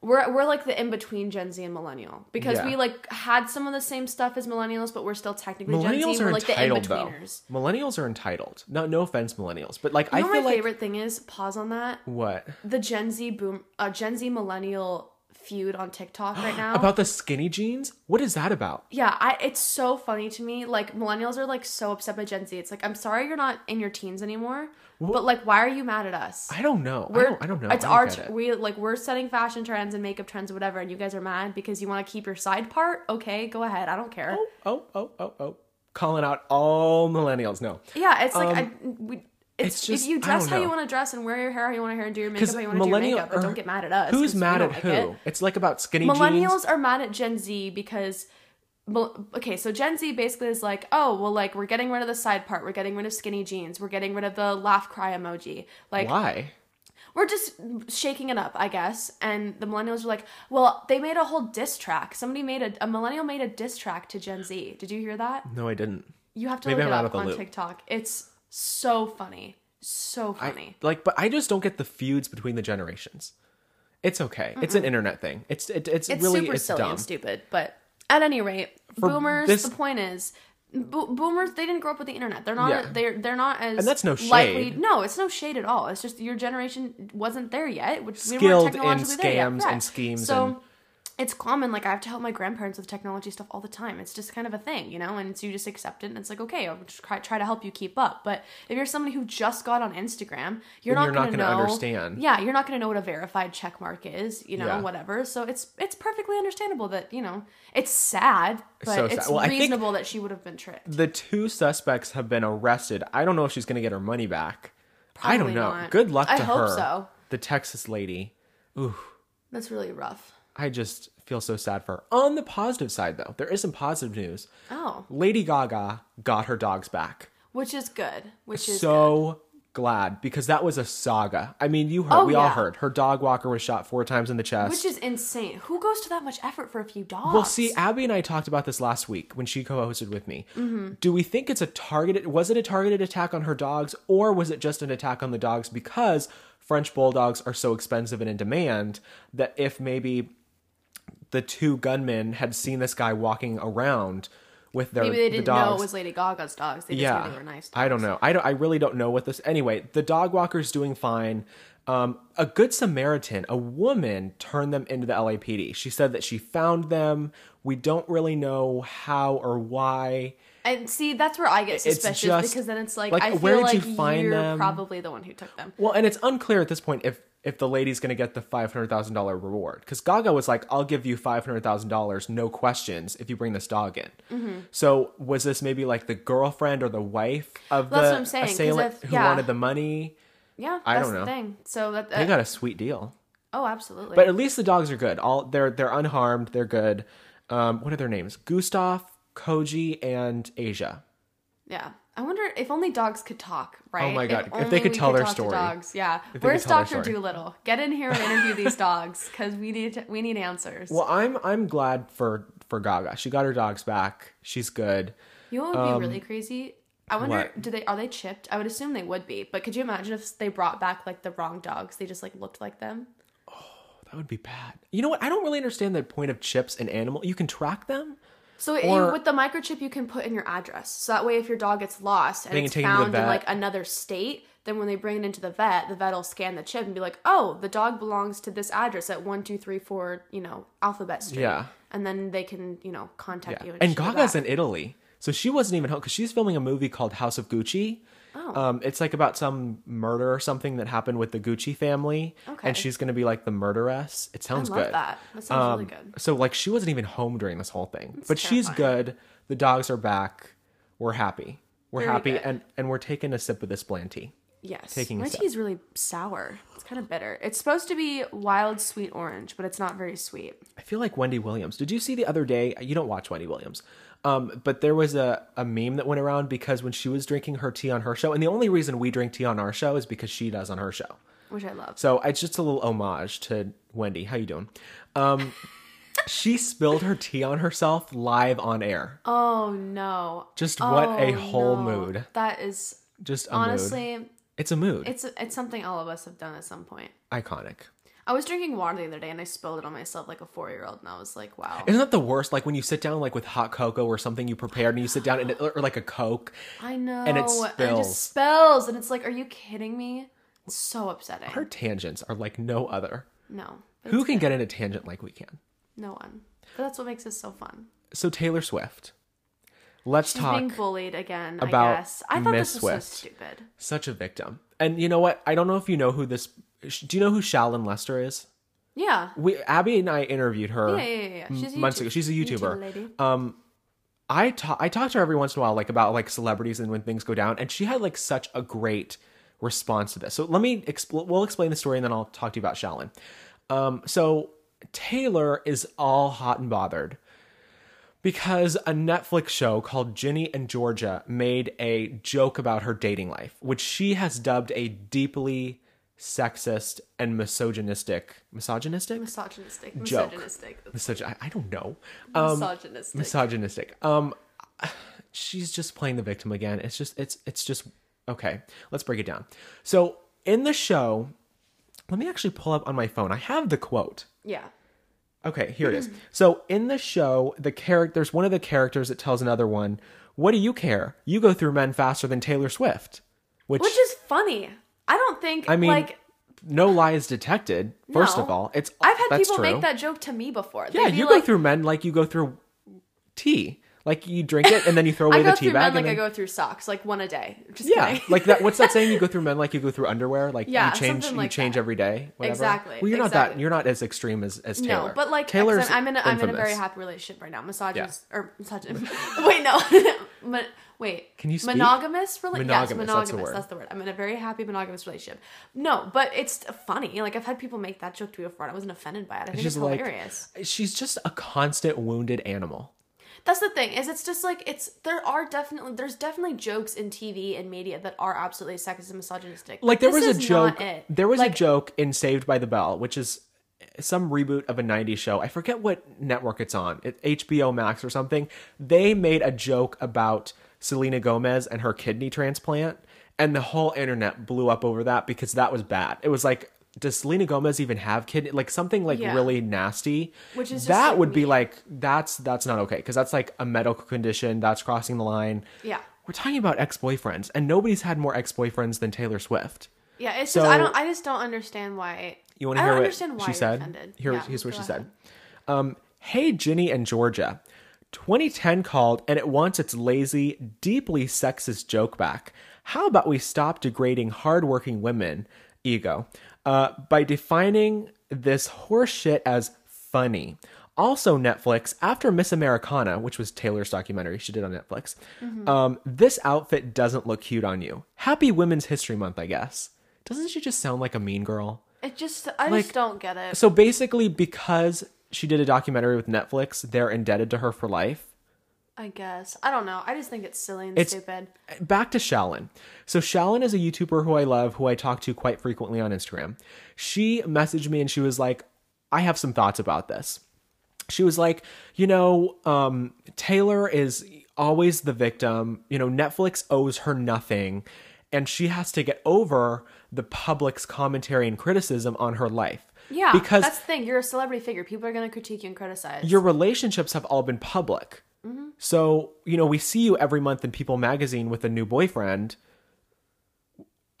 [SPEAKER 2] We're we're like the in between Gen Z and millennial because
[SPEAKER 1] Yeah.
[SPEAKER 2] we like had some of the same stuff as millennials, but we're still technically Gen
[SPEAKER 1] Millennials
[SPEAKER 2] Z. We're
[SPEAKER 1] are
[SPEAKER 2] like the in
[SPEAKER 1] entitled though.
[SPEAKER 2] betweeners.
[SPEAKER 1] Millennials are entitled. No, no offense, millennials, but like
[SPEAKER 2] You
[SPEAKER 1] I
[SPEAKER 2] know
[SPEAKER 1] feel
[SPEAKER 2] what my
[SPEAKER 1] like
[SPEAKER 2] favorite thing is? Pause on that.
[SPEAKER 1] what
[SPEAKER 2] The Gen Z boom uh, Gen Z millennial feud on TikTok
[SPEAKER 1] (gasps)
[SPEAKER 2] right now.
[SPEAKER 1] about the skinny jeans? What is that about?
[SPEAKER 2] Yeah, I it's so funny to me. Like millennials are like so upset by Gen Z. It's like I'm sorry you're not in your teens anymore, but like why are you mad at us?
[SPEAKER 1] I don't know. I
[SPEAKER 2] We're-
[SPEAKER 1] don't, I don't know.
[SPEAKER 2] It's
[SPEAKER 1] I
[SPEAKER 2] our
[SPEAKER 1] don't get
[SPEAKER 2] tr-
[SPEAKER 1] it.
[SPEAKER 2] we like we're setting fashion trends and makeup trends, whatever, and you guys are mad because you want to keep your side part. Okay, go ahead. I don't care.
[SPEAKER 1] Oh, oh, oh, oh, oh. Calling out all millennials. No.
[SPEAKER 2] Yeah, it's like I, we, it's,
[SPEAKER 1] um, it's just-
[SPEAKER 2] if you
[SPEAKER 1] I
[SPEAKER 2] dress
[SPEAKER 1] don't
[SPEAKER 2] how you
[SPEAKER 1] know.
[SPEAKER 2] want to dress and wear your hair how you want to hair and do your makeup
[SPEAKER 1] 'Cause
[SPEAKER 2] how you want to do your
[SPEAKER 1] millennial-
[SPEAKER 2] makeup, but
[SPEAKER 1] or
[SPEAKER 2] don't get mad at us.
[SPEAKER 1] Who's
[SPEAKER 2] 'cause we
[SPEAKER 1] mad
[SPEAKER 2] don't
[SPEAKER 1] at
[SPEAKER 2] like
[SPEAKER 1] who?
[SPEAKER 2] it.
[SPEAKER 1] It's like about skinny jeans.
[SPEAKER 2] millennials are mad at Gen Z because mil- okay, so Gen Z basically is like, oh, well, like we're getting rid of the side part, we're getting rid of skinny jeans, we're getting rid of the laugh cry emoji, like
[SPEAKER 1] Why?
[SPEAKER 2] we're just shaking it up, I guess. And the millennials were like, well, they made a whole diss track. Somebody made a, a millennial made a diss track to Gen Z. Did you hear that?
[SPEAKER 1] No, I didn't.
[SPEAKER 2] You have to
[SPEAKER 1] Maybe I'm
[SPEAKER 2] look it
[SPEAKER 1] out
[SPEAKER 2] up
[SPEAKER 1] of the
[SPEAKER 2] on
[SPEAKER 1] loop.
[SPEAKER 2] TikTok. It's so funny, so funny.
[SPEAKER 1] Like, but I just don't get the feuds between the generations. It's okay. It's an internet thing. It's it, it's,
[SPEAKER 2] it's
[SPEAKER 1] really
[SPEAKER 2] super
[SPEAKER 1] it's
[SPEAKER 2] silly
[SPEAKER 1] dumb.
[SPEAKER 2] and stupid. But at any rate, boomers.
[SPEAKER 1] this-
[SPEAKER 2] The point is, bo- boomers they didn't grow up with the internet. They're not.
[SPEAKER 1] Yeah.
[SPEAKER 2] They're they're not as.
[SPEAKER 1] And that's no
[SPEAKER 2] Likely,
[SPEAKER 1] shade.
[SPEAKER 2] no, it's no shade at all. It's just your generation wasn't there yet, which we
[SPEAKER 1] Skilled
[SPEAKER 2] weren't
[SPEAKER 1] in
[SPEAKER 2] technologically there yet.
[SPEAKER 1] scams
[SPEAKER 2] Yeah.
[SPEAKER 1] and schemes
[SPEAKER 2] So.
[SPEAKER 1] and-
[SPEAKER 2] it's common, like I have to help my grandparents with technology stuff all the time. It's just kind of a thing, you know, and so you just accept it and it's like, okay, I'll just try, try to help you keep up. But if you're somebody who just got on Instagram,
[SPEAKER 1] Then you're
[SPEAKER 2] you're not,
[SPEAKER 1] not
[SPEAKER 2] gonna,
[SPEAKER 1] gonna
[SPEAKER 2] know,
[SPEAKER 1] understand.
[SPEAKER 2] Yeah, you're not gonna know what a verified check mark is, you know,
[SPEAKER 1] Yeah.
[SPEAKER 2] whatever. So it's it's perfectly understandable that, you know, it's sad, but
[SPEAKER 1] So sad.
[SPEAKER 2] it's
[SPEAKER 1] Well, I think-
[SPEAKER 2] reasonable that she would have been tricked.
[SPEAKER 1] The two suspects have been arrested. I don't know if she's going to get her money back. I don't
[SPEAKER 2] Probably
[SPEAKER 1] know.
[SPEAKER 2] not.
[SPEAKER 1] Good luck to
[SPEAKER 2] I
[SPEAKER 1] her.
[SPEAKER 2] hope so.
[SPEAKER 1] The Texas lady. Ooh,
[SPEAKER 2] That's really rough.
[SPEAKER 1] I just feel so sad for her. On the positive side, though, there is some positive news.
[SPEAKER 2] Oh,
[SPEAKER 1] Lady Gaga got her dogs back.
[SPEAKER 2] which is good. Which is
[SPEAKER 1] so glad because that was a saga. I mean, you heard,
[SPEAKER 2] Oh,
[SPEAKER 1] we all
[SPEAKER 2] yeah.
[SPEAKER 1] heard. Her dog walker was shot four times in the
[SPEAKER 2] good.
[SPEAKER 1] chest.
[SPEAKER 2] which is insane. Who goes to that much effort for a few dogs?
[SPEAKER 1] Well, see, Abby and I talked about this last week when she co-hosted with me.
[SPEAKER 2] Mm-hmm.
[SPEAKER 1] Do we think it's a targeted? Was it a targeted attack on her dogs, or was it just an attack on the dogs because French bulldogs are so expensive and in demand that if maybe the two gunmen had seen this guy walking around with their
[SPEAKER 2] maybe they didn't
[SPEAKER 1] the dogs,
[SPEAKER 2] know it was Lady Gaga's dogs. They just knew they were nice.
[SPEAKER 1] I don't know. I don't. I really don't know what this. Anyway, the dog walker's doing fine. Um, a good Samaritan, a woman, turned them into the LAPD. She said that she found them. We don't really know how or why.
[SPEAKER 2] And see, that's where I get suspicious
[SPEAKER 1] just-
[SPEAKER 2] because then it's like,
[SPEAKER 1] like,
[SPEAKER 2] I feel
[SPEAKER 1] where did you
[SPEAKER 2] like
[SPEAKER 1] find
[SPEAKER 2] are
[SPEAKER 1] them?
[SPEAKER 2] probably the one who took them.
[SPEAKER 1] Well, and it's unclear at this point if if the lady's going to get the five hundred thousand dollar reward because Gaga was like, "I'll give you five hundred thousand dollars, no questions, if you bring this dog in."
[SPEAKER 2] Mm-hmm.
[SPEAKER 1] So was this maybe like the girlfriend or the wife of
[SPEAKER 2] That's
[SPEAKER 1] the
[SPEAKER 2] what I'm saying, 'cause
[SPEAKER 1] assailant
[SPEAKER 2] if-
[SPEAKER 1] who
[SPEAKER 2] yeah.
[SPEAKER 1] wanted the money?
[SPEAKER 2] Yeah,
[SPEAKER 1] I
[SPEAKER 2] that's
[SPEAKER 1] don't know.
[SPEAKER 2] the thing. So that,
[SPEAKER 1] They
[SPEAKER 2] that
[SPEAKER 1] got a sweet deal.
[SPEAKER 2] oh, absolutely.
[SPEAKER 1] But at least the dogs are good. All they're they're unharmed. They're good. Um, what are their names? Gustav, Koji, and Asia.
[SPEAKER 2] yeah, I wonder if only dogs could talk, right?
[SPEAKER 1] Oh my God, if they
[SPEAKER 2] only
[SPEAKER 1] could
[SPEAKER 2] we
[SPEAKER 1] tell their
[SPEAKER 2] talk to
[SPEAKER 1] story.
[SPEAKER 2] Dogs, yeah.
[SPEAKER 1] If they
[SPEAKER 2] Where's
[SPEAKER 1] could tell their
[SPEAKER 2] Doctor
[SPEAKER 1] story.
[SPEAKER 2] Doolittle? Get in here and interview these dogs because we need we need answers.
[SPEAKER 1] Well, I'm I'm glad for for Gaga. She got her dogs back. She's good.
[SPEAKER 2] you know what would be really crazy? I wonder
[SPEAKER 1] um, what?
[SPEAKER 2] do they are they chipped? I would assume they would be, but could you imagine if they brought back like the wrong dogs? They just like looked like them.
[SPEAKER 1] That would be bad. You know what? I don't really understand the point of chips and animal. You can track them.
[SPEAKER 2] So you-
[SPEAKER 1] Or-
[SPEAKER 2] with the microchip, you can put in your address. So that way, if your dog gets lost and
[SPEAKER 1] They can
[SPEAKER 2] it's
[SPEAKER 1] take him to the
[SPEAKER 2] found in
[SPEAKER 1] vet.
[SPEAKER 2] like another state, then when they bring it into the vet, the vet will scan the chip and be like, "Oh, the dog belongs to this address at one two three four, you know, Alphabet Street."
[SPEAKER 1] Yeah.
[SPEAKER 2] And then they can, you know, contact you.
[SPEAKER 1] And,
[SPEAKER 2] ship it
[SPEAKER 1] Gaga's
[SPEAKER 2] back.
[SPEAKER 1] in Italy, so she wasn't even home because she's filming a movie called House of Gucci.
[SPEAKER 2] Oh.
[SPEAKER 1] Um, it's like about some murder or something that happened with the Gucci family,
[SPEAKER 2] Okay.
[SPEAKER 1] and she's going to be like the murderess. It sounds
[SPEAKER 2] I love
[SPEAKER 1] good.
[SPEAKER 2] that. That sounds
[SPEAKER 1] Um,
[SPEAKER 2] really good.
[SPEAKER 1] So like she wasn't even home during this whole thing, but she's
[SPEAKER 2] terrifying.
[SPEAKER 1] good. The dogs are back. We're happy. We're
[SPEAKER 2] Very
[SPEAKER 1] happy,
[SPEAKER 2] good.
[SPEAKER 1] and and we're taking a sip of this bland tea.
[SPEAKER 2] Yes.
[SPEAKER 1] taking a
[SPEAKER 2] My
[SPEAKER 1] sip.
[SPEAKER 2] tea is really sour. It's kind of bitter. It's supposed to be wild sweet orange, but it's not very sweet.
[SPEAKER 1] I feel like Wendy Williams. Did you see the other day? You don't watch Wendy Williams, um, but there was a a meme that went around because when she was drinking her tea on her show, and the only reason we drink tea on our show is because she does on her show.
[SPEAKER 2] Which I love.
[SPEAKER 1] So it's just a little homage to Wendy. How you doing?
[SPEAKER 2] (laughs)
[SPEAKER 1] Um, she spilled her tea on herself live on air.
[SPEAKER 2] Oh no!
[SPEAKER 1] Just what a
[SPEAKER 2] Oh,
[SPEAKER 1] whole
[SPEAKER 2] no.
[SPEAKER 1] mood.
[SPEAKER 2] That is
[SPEAKER 1] Just a mood.
[SPEAKER 2] honestly.
[SPEAKER 1] It's a mood.
[SPEAKER 2] It's it's something all of us have done at some point.
[SPEAKER 1] Iconic.
[SPEAKER 2] I was drinking water the other day and I spilled it on myself like a four year old, and I was like, "Wow."
[SPEAKER 1] Isn't that the worst? Like when you sit down, like with hot cocoa or something you prepared, and you sit down and it, or like a Coke.
[SPEAKER 2] I know.
[SPEAKER 1] it spills.
[SPEAKER 2] just spills, and it's like, "Are you kidding me?" It's so upsetting.
[SPEAKER 1] Her tangents are like no other.
[SPEAKER 2] No, but
[SPEAKER 1] Who can get in a tangent like we can?
[SPEAKER 2] no one. But that's what makes this so fun.
[SPEAKER 1] So Taylor Swift. Let's
[SPEAKER 2] She's
[SPEAKER 1] talk.
[SPEAKER 2] being bullied again.
[SPEAKER 1] about
[SPEAKER 2] I guess. I thought
[SPEAKER 1] Miss
[SPEAKER 2] this was
[SPEAKER 1] Swift.
[SPEAKER 2] so stupid.
[SPEAKER 1] Such a victim. And you know what? I don't know if you know who this. Do you know who Shallon Lester is?
[SPEAKER 2] Yeah.
[SPEAKER 1] We Abby and I interviewed her.
[SPEAKER 2] Yeah, yeah, yeah. yeah. She's a
[SPEAKER 1] months
[SPEAKER 2] YouTube-
[SPEAKER 1] ago. She's a YouTuber.
[SPEAKER 2] lady.
[SPEAKER 1] Um, I talk I talk to her every once in a while, like about like celebrities and when things go down, and she had like such a great response to this. So let me expl- we'll explain the story, and then I'll talk to you about Shallon. Um, so Taylor is all hot and bothered because a Netflix show called Ginny and Georgia made a joke about her dating life, which she has dubbed a deeply sexist and misogynistic misogynistic
[SPEAKER 2] misogynistic.
[SPEAKER 1] Um, joke. Um,
[SPEAKER 2] Misogynistic.
[SPEAKER 1] Misog- I, I don't know.
[SPEAKER 2] misogynistic.
[SPEAKER 1] Misogynistic. Um, she's just playing the victim again. It's just it's it's just okay. Let's break it down. So in the show, let me actually pull up on my phone. I have the quote.
[SPEAKER 2] yeah.
[SPEAKER 1] Okay, here it is.
[SPEAKER 2] Mm-hmm.
[SPEAKER 1] So in the show, the character there's one of the characters that tells another one, "What do you care? You go through men faster than Taylor Swift," which,
[SPEAKER 2] Which is funny. I don't think.
[SPEAKER 1] I mean,
[SPEAKER 2] like.
[SPEAKER 1] no lie is detected. First
[SPEAKER 2] No.
[SPEAKER 1] of all, it's
[SPEAKER 2] I've had
[SPEAKER 1] that's
[SPEAKER 2] people
[SPEAKER 1] true.
[SPEAKER 2] make that joke to me before.
[SPEAKER 1] Yeah,
[SPEAKER 2] They'd be
[SPEAKER 1] you
[SPEAKER 2] like,
[SPEAKER 1] go through men like you go through tea. Like you drink it and then you throw away
[SPEAKER 2] (laughs) I go
[SPEAKER 1] the tea
[SPEAKER 2] through
[SPEAKER 1] bag.
[SPEAKER 2] men like
[SPEAKER 1] and
[SPEAKER 2] I
[SPEAKER 1] then,
[SPEAKER 2] go through socks, like one a day. (laughs) Just
[SPEAKER 1] yeah,
[SPEAKER 2] kidding.
[SPEAKER 1] like that. What's that
[SPEAKER 2] (laughs)
[SPEAKER 1] saying? You go through men like you go through underwear. Like
[SPEAKER 2] Yeah,
[SPEAKER 1] you change,
[SPEAKER 2] something
[SPEAKER 1] you
[SPEAKER 2] like
[SPEAKER 1] change
[SPEAKER 2] that.
[SPEAKER 1] every day. Whatever.
[SPEAKER 2] Exactly,
[SPEAKER 1] Well, you're not that.
[SPEAKER 2] exactly.
[SPEAKER 1] You're not as extreme as as Taylor.
[SPEAKER 2] no, but like
[SPEAKER 1] Taylor's.
[SPEAKER 2] Taylor's I'm in a, I'm in a very
[SPEAKER 1] infamous.
[SPEAKER 2] happy relationship right now. Massages or misogynist. (laughs) Wait, no, mon- wait.
[SPEAKER 1] Can you speak?
[SPEAKER 2] monogamous relationship? Yes,
[SPEAKER 1] Monogamous,
[SPEAKER 2] monogamous.
[SPEAKER 1] that's
[SPEAKER 2] That's
[SPEAKER 1] the
[SPEAKER 2] the,
[SPEAKER 1] word.
[SPEAKER 2] word. I'm in a very happy monogamous relationship. No, but it's funny. Like I've had people make that joke to me before, and I wasn't offended by it. I think it's,
[SPEAKER 1] She's like,
[SPEAKER 2] hilarious.
[SPEAKER 1] she's just a constant wounded animal.
[SPEAKER 2] That's the thing is, it's just like it's. There are definitely there's definitely jokes in TV and media that are absolutely sexist and misogynistic.
[SPEAKER 1] Like there
[SPEAKER 2] This
[SPEAKER 1] was a
[SPEAKER 2] is not
[SPEAKER 1] joke.
[SPEAKER 2] it.
[SPEAKER 1] There was
[SPEAKER 2] Like,
[SPEAKER 1] a joke in Saved by the Bell, which is some reboot of a '90s show. I forget what network it's on. It, HBO Max or something. They made a joke about Selena Gomez and her kidney transplant, and the whole internet blew up over that because that was bad. It was like, does Selena Gomez even have kidney? Like something like
[SPEAKER 2] Yeah.
[SPEAKER 1] really nasty.
[SPEAKER 2] Which is just,
[SPEAKER 1] that
[SPEAKER 2] like,
[SPEAKER 1] would be like that's that's not okay because that's like a medical condition. That's crossing the line.
[SPEAKER 2] Yeah.
[SPEAKER 1] We're talking about ex-boyfriends, and nobody's had more ex-boyfriends than Taylor Swift.
[SPEAKER 2] Yeah, it's
[SPEAKER 1] So-
[SPEAKER 2] just I don't I just don't understand why.
[SPEAKER 1] You want to
[SPEAKER 2] I
[SPEAKER 1] hear
[SPEAKER 2] don't
[SPEAKER 1] what
[SPEAKER 2] understand why
[SPEAKER 1] she
[SPEAKER 2] you're
[SPEAKER 1] said?
[SPEAKER 2] Offended.
[SPEAKER 1] Here-
[SPEAKER 2] Yeah,
[SPEAKER 1] here's what
[SPEAKER 2] go
[SPEAKER 1] she
[SPEAKER 2] ahead.
[SPEAKER 1] said. Um, hey, Ginny and Georgia. 2010 called and it wants its lazy, deeply sexist joke back. How about we stop degrading hardworking women, ego, uh, by defining this horseshit as funny? Also, Netflix, after Miss Americana, which was Taylor's documentary she did on Netflix,
[SPEAKER 2] Mm-hmm.
[SPEAKER 1] um, this outfit doesn't look cute on you. Happy Women's History Month, I guess. Doesn't she just sound like a mean girl?
[SPEAKER 2] It just I
[SPEAKER 1] Like,
[SPEAKER 2] just don't get it.
[SPEAKER 1] So basically, because she did a documentary with Netflix, they're indebted to her for life.
[SPEAKER 2] I guess I don't know. I just think it's silly and
[SPEAKER 1] It's-
[SPEAKER 2] stupid.
[SPEAKER 1] Back to Shallon. So Shallon is a YouTuber who I love, who I talk to quite frequently on Instagram. She messaged me and she was like, "I have some thoughts about this." She was like, "You know, um, Taylor is always the victim. You know, Netflix owes her nothing, and she has to get over the public's commentary and criticism on her life."
[SPEAKER 2] Yeah,
[SPEAKER 1] because
[SPEAKER 2] that's the thing. You're a celebrity figure. People are gonna critique you and criticize.
[SPEAKER 1] your relationships have all been public. So, you know, we see you every month in People magazine with a new boyfriend.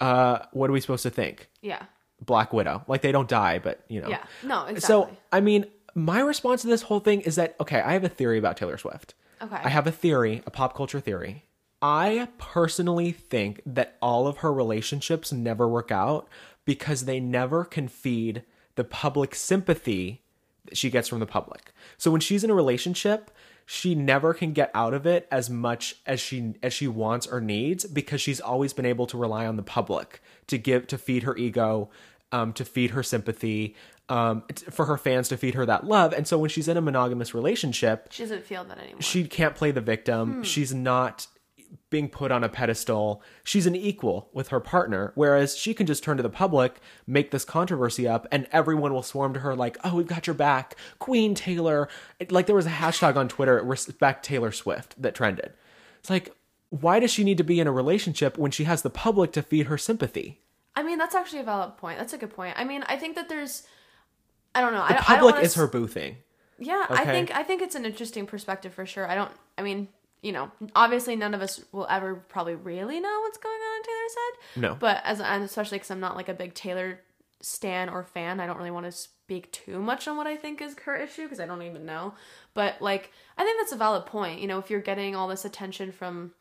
[SPEAKER 1] Uh, what are we supposed to think?
[SPEAKER 2] yeah,
[SPEAKER 1] Black Widow. Like they don't die, but you know.
[SPEAKER 2] yeah. No, exactly.
[SPEAKER 1] So, I mean, my response to this whole thing is that okay, I have a theory about Taylor Swift.
[SPEAKER 2] Okay.
[SPEAKER 1] I have a theory, a pop culture theory. I personally think that all of her relationships never work out because they never can feed the public sympathy that she gets from the public. So when she's in a relationship, she never can get out of it as much as she as she wants or needs because she's always been able to rely on the public to give to feed her ego um, to feed her sympathy, um, t- for her fans to feed her that love. And so when she's in a monogamous relationship,
[SPEAKER 2] she doesn't feel that anymore.
[SPEAKER 1] she can't play the
[SPEAKER 2] Hmm.
[SPEAKER 1] victim. She's not being put on a pedestal. She's an equal with her partner, whereas she can just turn to the public, make this controversy up, and everyone will swarm to her like, "Oh, we've got your back, Queen Taylor." It- like there was a hashtag on Twitter, "Respect Taylor Swift," that trended. It's like, why does she need to be in a relationship when she has the public to feed her sympathy?
[SPEAKER 2] I mean, that's actually a valid point. That's a good point. I mean, I think that there's. I don't know. I,
[SPEAKER 1] The
[SPEAKER 2] don't- I don't
[SPEAKER 1] public
[SPEAKER 2] wanna
[SPEAKER 1] is her boo thing.
[SPEAKER 2] Yeah, I
[SPEAKER 1] Okay.
[SPEAKER 2] think I think it's an interesting perspective for sure. I don't I mean, you know, obviously none of us will ever probably really know what's going on in Taylor's head.
[SPEAKER 1] No.
[SPEAKER 2] But as and especially cuz I'm not like a big Taylor stan or fan, I don't really want to speak too much on what I think is her issue cuz I don't even know. But like I think that's a valid point. You know, if you're getting all this attention from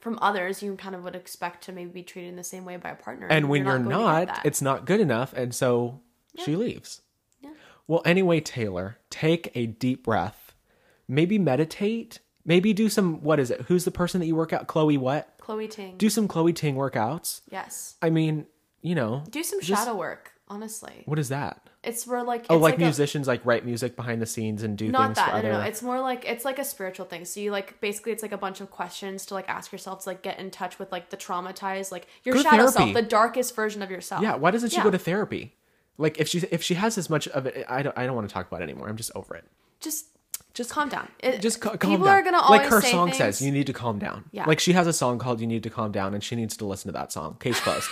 [SPEAKER 2] from others, you kind of would expect to maybe be treated in the same way by a partner.
[SPEAKER 1] and when you're
[SPEAKER 2] going to
[SPEAKER 1] not,
[SPEAKER 2] get that.
[SPEAKER 1] it's not good enough and so she leaves
[SPEAKER 2] Yeah.
[SPEAKER 1] well anyway taylor take a deep breath maybe meditate maybe do some what is it who's the person that you work out chloe what
[SPEAKER 2] Chloe Ting.
[SPEAKER 1] do some chloe ting workouts
[SPEAKER 2] yes.
[SPEAKER 1] i mean you know
[SPEAKER 2] Do some
[SPEAKER 1] just-
[SPEAKER 2] shadow work, honestly.
[SPEAKER 1] what is that
[SPEAKER 2] It's where like
[SPEAKER 1] oh
[SPEAKER 2] it's
[SPEAKER 1] like,
[SPEAKER 2] a-
[SPEAKER 1] musicians like write music behind the scenes and do
[SPEAKER 2] not
[SPEAKER 1] things
[SPEAKER 2] that
[SPEAKER 1] for
[SPEAKER 2] no,
[SPEAKER 1] other
[SPEAKER 2] no no it's more like it's like a spiritual thing so you like basically it's like a bunch of questions to like ask yourself to like get in touch with like the traumatized like your
[SPEAKER 1] Go to
[SPEAKER 2] shadow
[SPEAKER 1] therapy.
[SPEAKER 2] self the darkest version of yourself
[SPEAKER 1] yeah why doesn't she
[SPEAKER 2] Yeah.
[SPEAKER 1] go to therapy like if she if she has as much of it i don't i don't want to talk about it anymore i'm just over it
[SPEAKER 2] just just calm down It-
[SPEAKER 1] just ca- calm
[SPEAKER 2] people
[SPEAKER 1] down.
[SPEAKER 2] are gonna always
[SPEAKER 1] like her
[SPEAKER 2] say
[SPEAKER 1] song
[SPEAKER 2] things-
[SPEAKER 1] says, you need to calm down.
[SPEAKER 2] Yeah.
[SPEAKER 1] Like she has a song called "You Need to Calm Down," and she needs to listen to that song. Case closed.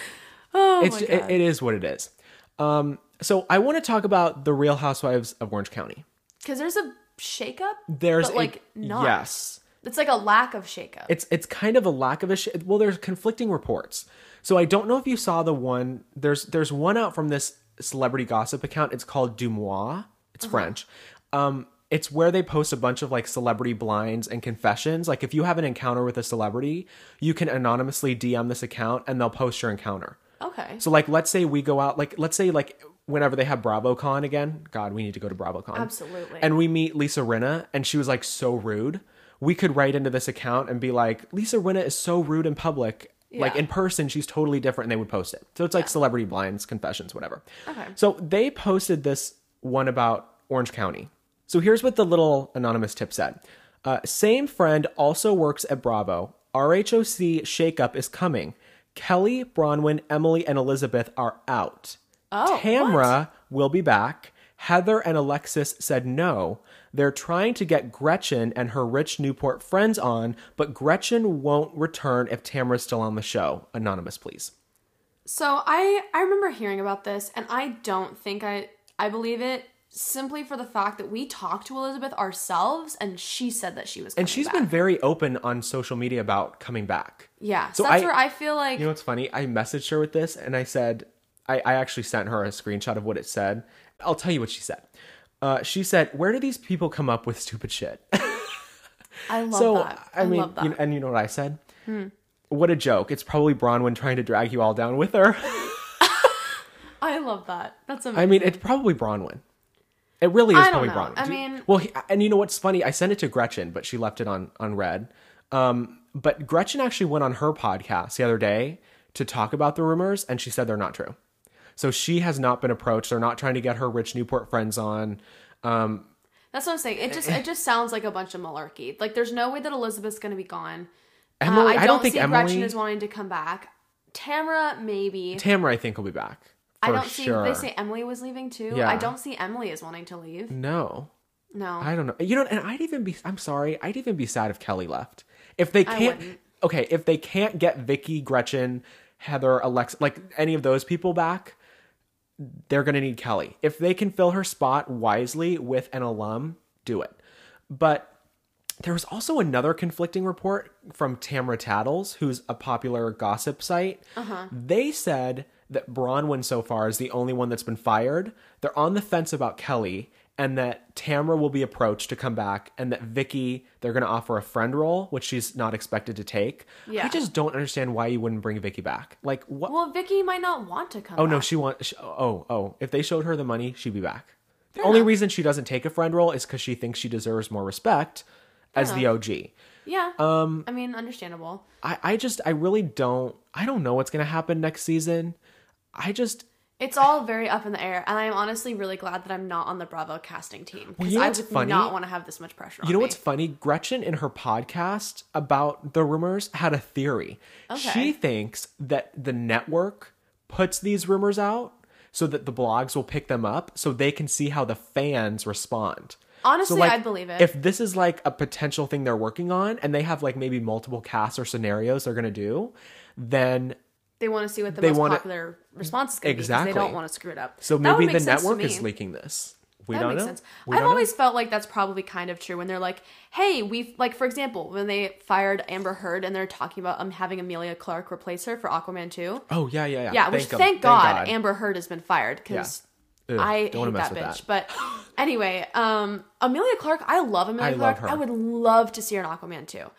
[SPEAKER 2] (laughs) oh
[SPEAKER 1] it's
[SPEAKER 2] my
[SPEAKER 1] it,
[SPEAKER 2] god
[SPEAKER 1] it is what it is. Um, so I want to talk about the Real Housewives of Orange County.
[SPEAKER 2] because there's a shakeup
[SPEAKER 1] There's
[SPEAKER 2] but
[SPEAKER 1] a-
[SPEAKER 2] like not
[SPEAKER 1] yes,
[SPEAKER 2] it's like a lack of shakeup
[SPEAKER 1] it's it's kind of a lack of a sh- well there's conflicting reports so i don't know if you saw the one there's there's one out from this celebrity gossip account it's called dumois it's french um it's where they post a bunch of like celebrity blinds and confessions like if you have an encounter with a celebrity you can anonymously dm this account and they'll post your encounter
[SPEAKER 2] okay
[SPEAKER 1] so like let's say we go out like let's say like whenever they have BravoCon again, god, we need to go to BravoCon.
[SPEAKER 2] Absolutely.
[SPEAKER 1] And we meet Lisa Rinna and she was like so rude. we could write into this account and be like, Lisa Rinna is so rude in public. Like
[SPEAKER 2] Yeah.
[SPEAKER 1] in person, she's totally different, and they would post it. So it's like celebrity blinds, confessions, whatever.
[SPEAKER 2] Okay.
[SPEAKER 1] So they posted this one about Orange County. So here's what the little anonymous tip said uh, Same friend also works at Bravo. RHOC shakeup is coming. Kelly, Bronwyn, Emily, and Elizabeth are out.
[SPEAKER 2] Oh,
[SPEAKER 1] Tamra will be back. Heather and Alexis said no. They're trying to get Gretchen and her rich Newport friends on, but Gretchen won't return if Tamra's still on the show. Anonymous, please.
[SPEAKER 2] So I I remember hearing about this, and I don't think I I believe it simply for the fact that we talked to Elizabeth ourselves, and she said that she was.
[SPEAKER 1] And she's been very open on social media about coming back.
[SPEAKER 2] yeah.
[SPEAKER 1] so
[SPEAKER 2] So, that's
[SPEAKER 1] I-
[SPEAKER 2] where I feel like
[SPEAKER 1] You know what's funny? I messaged her with this and I said, I, I actually sent her a screenshot of what it said. I'll tell you what she said. Uh, she said, Where do these people come up with stupid shit?
[SPEAKER 2] I love
[SPEAKER 1] so,
[SPEAKER 2] that. I,
[SPEAKER 1] I mean,
[SPEAKER 2] love that. Hmm.
[SPEAKER 1] you know- and you know what I said? What a joke. It's probably Bronwyn trying to drag you all down with her. (laughs)
[SPEAKER 2] I love that. That's amazing.
[SPEAKER 1] I mean, it's probably Bronwyn. It really is
[SPEAKER 2] I
[SPEAKER 1] probably
[SPEAKER 2] don't know.
[SPEAKER 1] Bronwyn.
[SPEAKER 2] I
[SPEAKER 1] Do you-
[SPEAKER 2] mean-
[SPEAKER 1] well, he, and you know what's funny? I sent it to Gretchen, but she left it on on red. Um, but Gretchen actually went on her podcast the other day to talk about the rumors, and she said they're not true. So she has not been approached. They're not trying to get her rich Newport friends on.
[SPEAKER 2] That's what I'm saying. It just it just sounds like a bunch of malarkey. Like there's no way that Elizabeth's gonna be gone. Uh,
[SPEAKER 1] Emily, I,
[SPEAKER 2] I,
[SPEAKER 1] don't, think
[SPEAKER 2] see Gretchen
[SPEAKER 1] Emily.
[SPEAKER 2] is wanting to come back. Tamara maybe.
[SPEAKER 1] Tamara, I think will be back.
[SPEAKER 2] I
[SPEAKER 1] for
[SPEAKER 2] don't see.
[SPEAKER 1] sure.
[SPEAKER 2] They say Emily was leaving too.
[SPEAKER 1] Yeah.
[SPEAKER 2] I don't see Emily as wanting to leave.
[SPEAKER 1] no.
[SPEAKER 2] No.
[SPEAKER 1] I don't know. You know, and I'd even be. I'm sorry. I'd even be sad if Kelly left. If they can't.
[SPEAKER 2] wouldn't.
[SPEAKER 1] Okay, if they can't get Vicky, Gretchen, Heather, Alexa, like any of those people back, they're gonna need Kelly. If they can fill her spot wisely with an alum, do it. But there was also another conflicting report from Tamra Tattles, who's a popular gossip site. They said that Bronwyn so far is the only one that's been fired. They're on the fence about Kelly, and that Tamra will be approached to come back, and that Vicky they're going to offer a friend role, which she's not expected to take. I
[SPEAKER 2] Yeah.
[SPEAKER 1] just don't understand why you wouldn't bring Vicky back. Like what?
[SPEAKER 2] Well, Vicky might not want to come.
[SPEAKER 1] Oh
[SPEAKER 2] back.
[SPEAKER 1] no, she wants. Oh oh, if they showed her the money, she'd be back. The only reason she doesn't take a friend role is because she thinks she deserves more respect as the OG.
[SPEAKER 2] Yeah. Um. I mean, understandable.
[SPEAKER 1] I, I just I really don't I don't know what's gonna happen next season. I just
[SPEAKER 2] It's all very up in the air, and I'm honestly really glad that I'm not on the Bravo casting team because
[SPEAKER 1] you know
[SPEAKER 2] I
[SPEAKER 1] what's
[SPEAKER 2] would
[SPEAKER 1] funny?
[SPEAKER 2] not want to have this much pressure.
[SPEAKER 1] you know what's funny? Gretchen in her podcast about the rumors had a theory. She
[SPEAKER 2] Okay.
[SPEAKER 1] thinks that the network puts these rumors out so that the blogs will pick them up so they can see how the fans respond.
[SPEAKER 2] Honestly,
[SPEAKER 1] so like,
[SPEAKER 2] I believe it.
[SPEAKER 1] If this is like a potential thing they're working on and they have like maybe multiple casts or scenarios they're gonna do, then
[SPEAKER 2] they want to see what the
[SPEAKER 1] they
[SPEAKER 2] most
[SPEAKER 1] wanna-
[SPEAKER 2] popular response is going to
[SPEAKER 1] Exactly.
[SPEAKER 2] be. 'cause They don't want to screw it up.
[SPEAKER 1] so
[SPEAKER 2] That would
[SPEAKER 1] maybe the
[SPEAKER 2] make sense to
[SPEAKER 1] network
[SPEAKER 2] me.
[SPEAKER 1] is leaking this. We
[SPEAKER 2] That
[SPEAKER 1] don't
[SPEAKER 2] makes
[SPEAKER 1] know.
[SPEAKER 2] sense.
[SPEAKER 1] We
[SPEAKER 2] I've
[SPEAKER 1] don't know.
[SPEAKER 2] always felt like that's probably kind of true when they're like, "Hey, we've like, for example, when they fired Amber Heard and they're talking about um having Amelia Clark replace her for Aquaman two.
[SPEAKER 1] Oh yeah, yeah, yeah.
[SPEAKER 2] Yeah, which
[SPEAKER 1] him.
[SPEAKER 2] thank, God, Amber Heard has been fired because
[SPEAKER 1] Yeah. Ugh,
[SPEAKER 2] I
[SPEAKER 1] don't wanna
[SPEAKER 2] hate
[SPEAKER 1] mess with
[SPEAKER 2] that bitch. But anyway, um, Amelia Clark, I love Amelia
[SPEAKER 1] I love
[SPEAKER 2] Clark.
[SPEAKER 1] her.
[SPEAKER 2] I would love to see her in Aquaman too.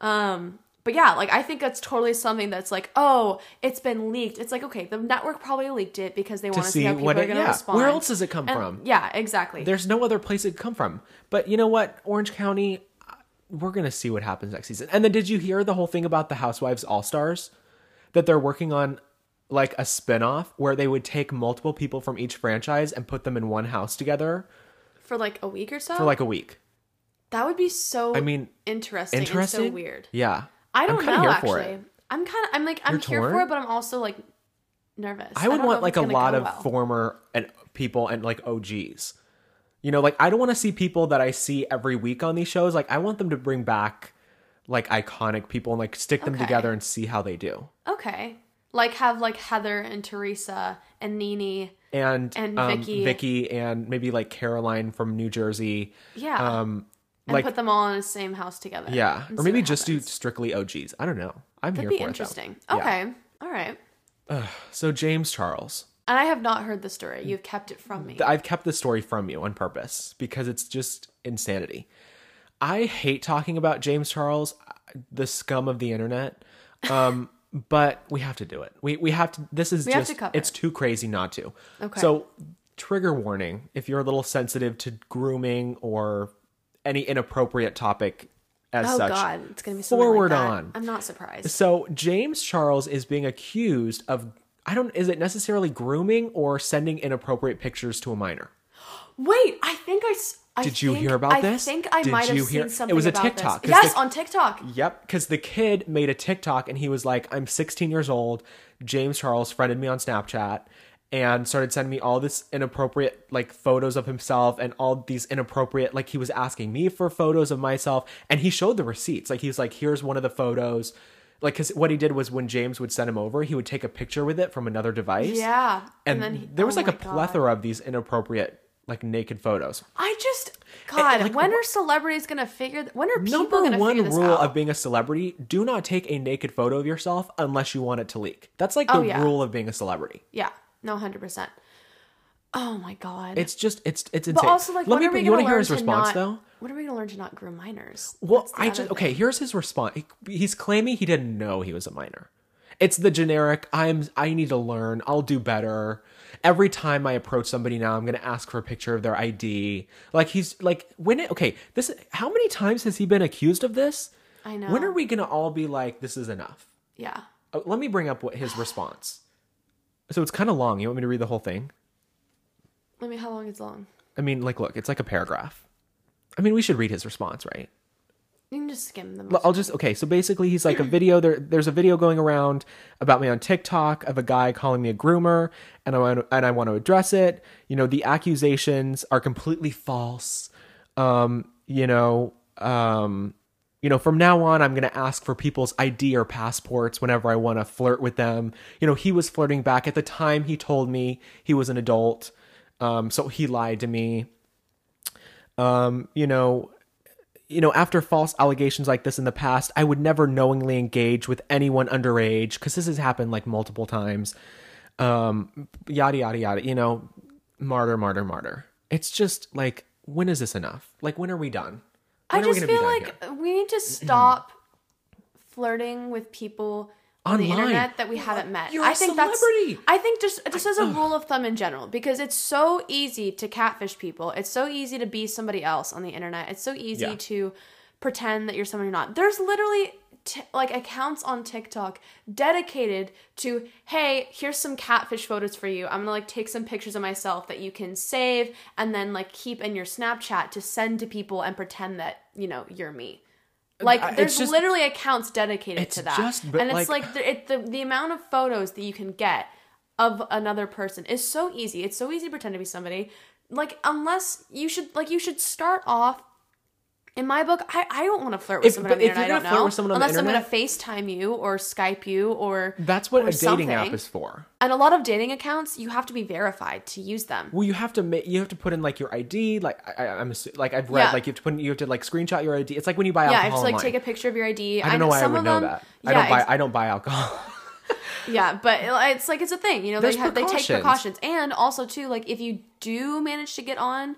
[SPEAKER 2] Um, but yeah, like I think that's totally something that's like, oh, it's been leaked. It's like okay, the network probably leaked it because they want to see,
[SPEAKER 1] see
[SPEAKER 2] how people
[SPEAKER 1] what
[SPEAKER 2] are
[SPEAKER 1] it-
[SPEAKER 2] going to
[SPEAKER 1] yeah.
[SPEAKER 2] respond.
[SPEAKER 1] Where else does it come
[SPEAKER 2] And-
[SPEAKER 1] from?
[SPEAKER 2] Yeah, exactly.
[SPEAKER 1] There's no other place it could come from. But you know what, Orange County, uh, we're gonna see what happens next season. And then did you hear the whole thing about the Housewives All Stars that they're working on? Like a spin off where they would take multiple people from each franchise and put them in one house together
[SPEAKER 2] for like a week or so.
[SPEAKER 1] for like a week.
[SPEAKER 2] that would be so.
[SPEAKER 1] I mean,
[SPEAKER 2] interesting.
[SPEAKER 1] interesting.
[SPEAKER 2] And so weird.
[SPEAKER 1] Yeah.
[SPEAKER 2] I
[SPEAKER 1] I'm
[SPEAKER 2] don't
[SPEAKER 1] kinda
[SPEAKER 2] know
[SPEAKER 1] here
[SPEAKER 2] actually.
[SPEAKER 1] for it.
[SPEAKER 2] I'm kind of. I'm like. I'm
[SPEAKER 1] You're
[SPEAKER 2] here
[SPEAKER 1] torn?
[SPEAKER 2] for it, but I'm also like nervous.
[SPEAKER 1] I would
[SPEAKER 2] don't know
[SPEAKER 1] want
[SPEAKER 2] if
[SPEAKER 1] like
[SPEAKER 2] it's
[SPEAKER 1] a
[SPEAKER 2] gonna
[SPEAKER 1] lot
[SPEAKER 2] go
[SPEAKER 1] of
[SPEAKER 2] well.
[SPEAKER 1] former and people and like OGs. You know, like I don't want to see people that I see every week on these shows. Like I want them to bring back like iconic people and like stick them
[SPEAKER 2] Okay.
[SPEAKER 1] together and see how they do.
[SPEAKER 2] Okay. Like have like Heather and Teresa and Nini.
[SPEAKER 1] And
[SPEAKER 2] And
[SPEAKER 1] um,
[SPEAKER 2] Vicky.
[SPEAKER 1] Vicky and maybe like Caroline from New Jersey.
[SPEAKER 2] Yeah.
[SPEAKER 1] Um
[SPEAKER 2] and
[SPEAKER 1] like
[SPEAKER 2] put them all in the same house together.
[SPEAKER 1] yeah,
[SPEAKER 2] and
[SPEAKER 1] or
[SPEAKER 2] see
[SPEAKER 1] maybe
[SPEAKER 2] what
[SPEAKER 1] just
[SPEAKER 2] happens.
[SPEAKER 1] do strictly OGs. I don't know. I'm here
[SPEAKER 2] That'd be
[SPEAKER 1] for
[SPEAKER 2] interesting.
[SPEAKER 1] it. though. Yeah.
[SPEAKER 2] Okay. All right.
[SPEAKER 1] So James Charles,
[SPEAKER 2] And I have not heard the story. You've kept it from me.
[SPEAKER 1] Th- I've kept the story from you on purpose because it's just insanity. I hate talking about James Charles, uh, the scum of the internet. Um, (laughs) but we have to do it. We we have to. This is
[SPEAKER 2] We have
[SPEAKER 1] just
[SPEAKER 2] to cover
[SPEAKER 1] it's too crazy not to.
[SPEAKER 2] Okay.
[SPEAKER 1] So trigger warning if you're a little sensitive to grooming or any inappropriate topic as
[SPEAKER 2] Oh
[SPEAKER 1] such.
[SPEAKER 2] God, it's gonna be something
[SPEAKER 1] forward
[SPEAKER 2] like that.
[SPEAKER 1] on.
[SPEAKER 2] I'm not surprised.
[SPEAKER 1] So James Charles is being accused of I don't is it necessarily grooming or sending inappropriate pictures to a minor?
[SPEAKER 2] Wait, I think I. s- I
[SPEAKER 1] Did you
[SPEAKER 2] think-
[SPEAKER 1] hear about
[SPEAKER 2] I
[SPEAKER 1] this?
[SPEAKER 2] think I
[SPEAKER 1] Did
[SPEAKER 2] might have
[SPEAKER 1] you hear-
[SPEAKER 2] seen
[SPEAKER 1] It
[SPEAKER 2] something.
[SPEAKER 1] was a
[SPEAKER 2] about this.
[SPEAKER 1] TikTok, 'cause
[SPEAKER 2] Yes,
[SPEAKER 1] the-
[SPEAKER 2] on TikTok.
[SPEAKER 1] Yep, because the kid made a TikTok and he was like, I'm 16 years old. James Charles friended me on Snapchat and started sending me all this inappropriate like photos of himself and all these inappropriate like he was asking me for photos of myself and he showed the receipts like he was like here's one of the photos like because what he did was when james would send him over he would take a picture with it from another device
[SPEAKER 2] Yeah,
[SPEAKER 1] and,
[SPEAKER 2] then he-
[SPEAKER 1] there was
[SPEAKER 2] oh
[SPEAKER 1] like a
[SPEAKER 2] my God.
[SPEAKER 1] plethora of these inappropriate like naked photos
[SPEAKER 2] I just God,
[SPEAKER 1] like,
[SPEAKER 2] when are celebrities gonna figure? When are people
[SPEAKER 1] number
[SPEAKER 2] gonna
[SPEAKER 1] one
[SPEAKER 2] figure this
[SPEAKER 1] rule
[SPEAKER 2] out?
[SPEAKER 1] of being a celebrity do not take a naked photo of yourself unless you want it to leak that's like the
[SPEAKER 2] Oh, yeah.
[SPEAKER 1] rule of being a celebrity
[SPEAKER 2] yeah, no, hundred percent. Oh my God.
[SPEAKER 1] it's just it's it's insane
[SPEAKER 2] but also like,
[SPEAKER 1] let
[SPEAKER 2] when
[SPEAKER 1] me
[SPEAKER 2] are we
[SPEAKER 1] you
[SPEAKER 2] gonna
[SPEAKER 1] wanna hear
[SPEAKER 2] learn
[SPEAKER 1] his
[SPEAKER 2] to
[SPEAKER 1] response
[SPEAKER 2] not-
[SPEAKER 1] though
[SPEAKER 2] When are we gonna learn to not groom minors?
[SPEAKER 1] well
[SPEAKER 2] That's the
[SPEAKER 1] i
[SPEAKER 2] other
[SPEAKER 1] just
[SPEAKER 2] thing.
[SPEAKER 1] okay here's his response he's claiming he didn't know he was a minor it's the generic i'm i need to learn i'll do better every time i approach somebody now i'm gonna ask for a picture of their id like he's like when it, okay this how many times has he been accused of this
[SPEAKER 2] I know.
[SPEAKER 1] when are we gonna all be like this is enough
[SPEAKER 2] Yeah.
[SPEAKER 1] Uh, let me bring up what his response. So it's kind of long. You want me to read the whole thing?
[SPEAKER 2] Let me. How long is long?
[SPEAKER 1] I mean, like, look, it's like a paragraph. I mean, we should read his response, right?
[SPEAKER 2] You can just skim them.
[SPEAKER 1] L- I'll just okay. So basically, he's like a video. There, there's a video going around about me on TikTok of a guy calling me a groomer, and I want and I want to address it. You know, the accusations are completely false. Um, you know, um, you know, from now on, I'm gonna ask for people's ID or passports whenever I want to flirt with them. You know, he was flirting back at the time he told me he was an adult, um, so he lied to me. Um, you know, you know, after false allegations like this in the past, I would never knowingly engage with anyone underage because this has happened like multiple times. Um, yada yada yada. You know, martyr, martyr, martyr. It's just like, when is this enough? Like, when are we done?
[SPEAKER 2] I
[SPEAKER 1] When are we
[SPEAKER 2] just
[SPEAKER 1] gonna be
[SPEAKER 2] feel
[SPEAKER 1] done
[SPEAKER 2] like
[SPEAKER 1] here?
[SPEAKER 2] we
[SPEAKER 1] (clears throat)
[SPEAKER 2] need to stop flirting with people on the
[SPEAKER 1] Online.
[SPEAKER 2] internet that we haven't met.
[SPEAKER 1] You're a
[SPEAKER 2] I think
[SPEAKER 1] celebrity.
[SPEAKER 2] that's I think just just as a rule of thumb in general because it's so easy to catfish people. It's so easy to be somebody else on the internet. It's so easy
[SPEAKER 1] Yeah.
[SPEAKER 2] to pretend that you're someone you're not. There's literally t- like accounts on TikTok dedicated to, hey, here's some catfish photos for you. I'm gonna like take some pictures of myself that you can save and then like keep in your Snapchat to send to people and pretend that you know you're me.
[SPEAKER 1] Uh, I- it's
[SPEAKER 2] Like there's
[SPEAKER 1] just-
[SPEAKER 2] literally accounts dedicated
[SPEAKER 1] It's
[SPEAKER 2] to that,
[SPEAKER 1] just- but,
[SPEAKER 2] and it's
[SPEAKER 1] like-
[SPEAKER 2] like, the, it, the the amount of photos that you can get of another person is so easy. It's so easy to pretend to be somebody. Like unless you should like you should start off in my book, I, I don't want to flirt with
[SPEAKER 1] If-
[SPEAKER 2] somebody on
[SPEAKER 1] but
[SPEAKER 2] the
[SPEAKER 1] if you're
[SPEAKER 2] internet.
[SPEAKER 1] gonna
[SPEAKER 2] I don't
[SPEAKER 1] flirt
[SPEAKER 2] know.
[SPEAKER 1] with someone on the
[SPEAKER 2] Unless
[SPEAKER 1] internet-
[SPEAKER 2] I'm going to FaceTime you or Skype you or.
[SPEAKER 1] That's what
[SPEAKER 2] or
[SPEAKER 1] a dating app
[SPEAKER 2] something.
[SPEAKER 1] is for.
[SPEAKER 2] And a lot of dating accounts, you have to be verified to use them.
[SPEAKER 1] Well, you have to make you have to put in like your ID. Like I, I- I'm assu- like I've read
[SPEAKER 2] Yeah.
[SPEAKER 1] like you have to put in, you have to like screenshot your ID. It's like when you buy
[SPEAKER 2] Yeah, I have to
[SPEAKER 1] alcohol
[SPEAKER 2] like
[SPEAKER 1] online.
[SPEAKER 2] take a picture of your ID.
[SPEAKER 1] I don't know why I
[SPEAKER 2] some
[SPEAKER 1] would
[SPEAKER 2] of
[SPEAKER 1] know
[SPEAKER 2] them-
[SPEAKER 1] that.
[SPEAKER 2] Yeah,
[SPEAKER 1] I don't buy
[SPEAKER 2] ex-
[SPEAKER 1] I don't buy alcohol.
[SPEAKER 2] yeah, but it's like it's a thing, you know.
[SPEAKER 1] There's
[SPEAKER 2] They have, they take
[SPEAKER 1] precautions.
[SPEAKER 2] precautions, and also too, like if you do manage to get on,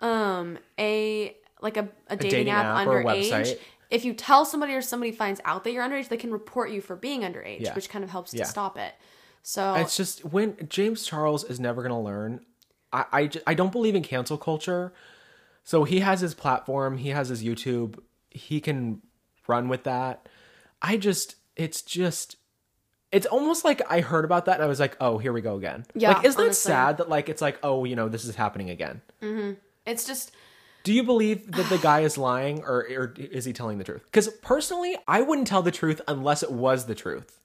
[SPEAKER 2] um, a like a, a, dating,
[SPEAKER 1] dating
[SPEAKER 2] app,
[SPEAKER 1] app or a
[SPEAKER 2] underage,
[SPEAKER 1] website.
[SPEAKER 2] if you tell somebody or somebody finds out that you're underage, they can report you for being underage,
[SPEAKER 1] Yeah.
[SPEAKER 2] which kind of helps
[SPEAKER 1] Yeah.
[SPEAKER 2] to stop it. So
[SPEAKER 1] It's just when James Charles is never going to learn. I, I, ju- I don't believe in cancel culture. So he has his platform, he has his YouTube, he can run with that. I just, it's just, it's almost like I heard about that and I was like, oh, here we go again.
[SPEAKER 2] Yeah,
[SPEAKER 1] Like, isn't that
[SPEAKER 2] honestly.
[SPEAKER 1] sad that, like, it's like, oh, you know, this is happening again?
[SPEAKER 2] it's just
[SPEAKER 1] Do you believe that the guy is lying or, or is he telling the truth? Because personally, I wouldn't tell the truth unless it was the truth.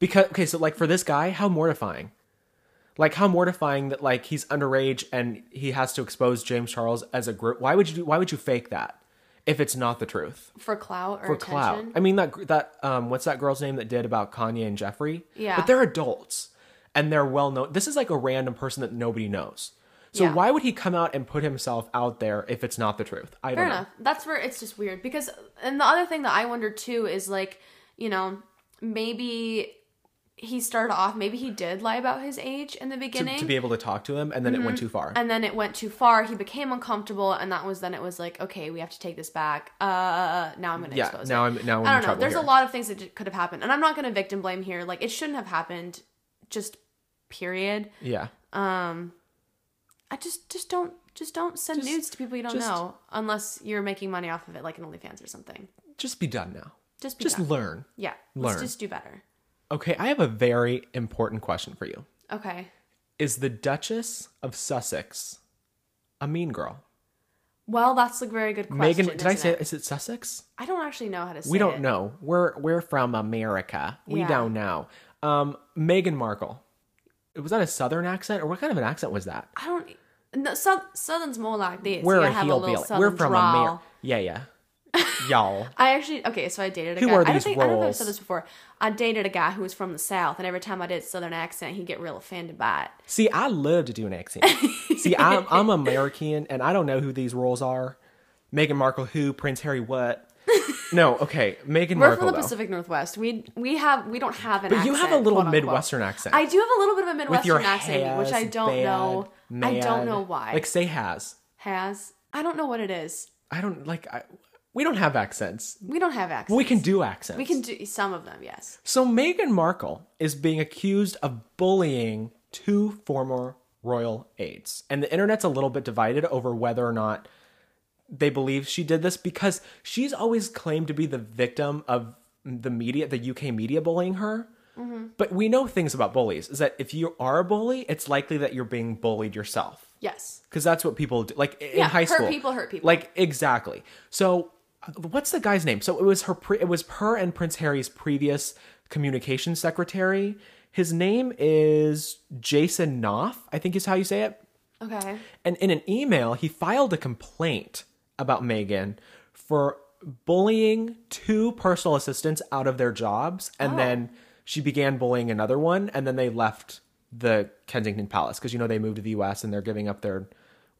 [SPEAKER 1] Because, okay, so like for this guy, how mortifying. Like how mortifying that like he's underage and he has to expose James Charles as a group. Why would you do, why would you fake that if it's not the truth?
[SPEAKER 2] for clout or
[SPEAKER 1] For
[SPEAKER 2] attention.
[SPEAKER 1] clout. I mean that gr- that um what's that girl's name that did about Kanye and Jeffrey?
[SPEAKER 2] Yeah.
[SPEAKER 1] But they're adults and they're well known. This is like a random person that nobody knows. So
[SPEAKER 2] Yeah.
[SPEAKER 1] why would he come out and put himself out there if it's not the truth? I
[SPEAKER 2] Fair
[SPEAKER 1] don't know.
[SPEAKER 2] enough. That's where it's just weird because, and the other thing that I wonder too is like, you know, maybe he started off, maybe he did lie about his age in the beginning,
[SPEAKER 1] to, to be able to talk to him, and then it
[SPEAKER 2] Mm-hmm.
[SPEAKER 1] went too far.
[SPEAKER 2] and then it went too far. He became uncomfortable, and that was then it was like, okay, we have to take this back. Uh, now I'm gonna
[SPEAKER 1] yeah,
[SPEAKER 2] expose.
[SPEAKER 1] now
[SPEAKER 2] it.
[SPEAKER 1] I'm now I'm
[SPEAKER 2] I
[SPEAKER 1] in
[SPEAKER 2] don't know.
[SPEAKER 1] trouble
[SPEAKER 2] There's
[SPEAKER 1] here.
[SPEAKER 2] a lot of things that d- could have happened, and I'm not gonna victim blame here. Like it shouldn't have happened. Just period.
[SPEAKER 1] Yeah,
[SPEAKER 2] I just just don't just don't send
[SPEAKER 1] Just-
[SPEAKER 2] nudes to people you don't
[SPEAKER 1] just-
[SPEAKER 2] know unless you're making money off of it, like an OnlyFans or something.
[SPEAKER 1] Just be done now.
[SPEAKER 2] Just be
[SPEAKER 1] Just
[SPEAKER 2] done.
[SPEAKER 1] learn.
[SPEAKER 2] yeah.
[SPEAKER 1] learn.
[SPEAKER 2] Let's just do better.
[SPEAKER 1] Okay, I have a very important question for you.
[SPEAKER 2] Okay.
[SPEAKER 1] Is the Duchess of Sussex a mean girl?
[SPEAKER 2] Well, that's a very good
[SPEAKER 1] Megan,
[SPEAKER 2] question.
[SPEAKER 1] did I
[SPEAKER 2] isn't
[SPEAKER 1] say
[SPEAKER 2] it?
[SPEAKER 1] is it Sussex?
[SPEAKER 2] I don't actually know how to say
[SPEAKER 1] we don't
[SPEAKER 2] it.
[SPEAKER 1] know. We're we're from America. We
[SPEAKER 2] Yeah.
[SPEAKER 1] don't know. Um, Meghan Markle. Was that a Southern accent, or what kind of an accent was that?
[SPEAKER 2] I don't. No, South, Southern's more like this.
[SPEAKER 1] We're
[SPEAKER 2] you
[SPEAKER 1] a
[SPEAKER 2] have
[SPEAKER 1] heel
[SPEAKER 2] a little
[SPEAKER 1] bill.
[SPEAKER 2] Southern
[SPEAKER 1] We're from
[SPEAKER 2] drawl.
[SPEAKER 1] America. Yeah,
[SPEAKER 2] (laughs)
[SPEAKER 1] yeah, y'all.
[SPEAKER 2] I actually okay, so I dated a
[SPEAKER 1] Who
[SPEAKER 2] guy.
[SPEAKER 1] are
[SPEAKER 2] I don't
[SPEAKER 1] these
[SPEAKER 2] think I don't know if I've said
[SPEAKER 1] roles?
[SPEAKER 2] this before. I dated a guy who was from the South, and every time I did Southern accent, he'd get real offended by it.
[SPEAKER 1] See, I love to do an accent. See, I'm I'm American, and I don't know who these roles are. Meghan Markle, who Prince Harry, what? No, okay, Meghan
[SPEAKER 2] We're
[SPEAKER 1] Markle
[SPEAKER 2] from the
[SPEAKER 1] though.
[SPEAKER 2] Pacific Northwest. We we have we don't have an.
[SPEAKER 1] But you have a
[SPEAKER 2] accent,
[SPEAKER 1] little
[SPEAKER 2] quote unquote.
[SPEAKER 1] Midwestern accent.
[SPEAKER 2] I do have a little bit of a Midwestern
[SPEAKER 1] your
[SPEAKER 2] accent, which I
[SPEAKER 1] has,
[SPEAKER 2] don't
[SPEAKER 1] bad,
[SPEAKER 2] know. I
[SPEAKER 1] mad.
[SPEAKER 2] don't know why.
[SPEAKER 1] Like say has.
[SPEAKER 2] has I don't know what it is.
[SPEAKER 1] I don't like. I, we don't have accents.
[SPEAKER 2] We don't have accents.
[SPEAKER 1] We can do accents.
[SPEAKER 2] we can do some of them. Yes.
[SPEAKER 1] So Meghan Markle is being accused of bullying two former royal aides. And the internet's a little bit divided over whether or not they believe she did this because she's always claimed to be the victim of the media, the UK media bullying her. But we know things about bullies is that if you are a bully, it's likely that you're being bullied yourself
[SPEAKER 2] Yes.
[SPEAKER 1] because that's what people do. Like in
[SPEAKER 2] Yeah,
[SPEAKER 1] high
[SPEAKER 2] hurt
[SPEAKER 1] school,
[SPEAKER 2] people hurt people.
[SPEAKER 1] Like exactly. So, uh, what's the guy's name? So it was her. Pre- it was her and Prince Harry's previous communication secretary. His name is Jason Knopf. I think is how you say it.
[SPEAKER 2] Okay.
[SPEAKER 1] And in an email, he filed a complaint about Megan for bullying two personal assistants out of their jobs.
[SPEAKER 2] Oh.
[SPEAKER 1] And then she began bullying another one. And then they left the Kensington Palace because, you know, they moved to the US and they're giving up their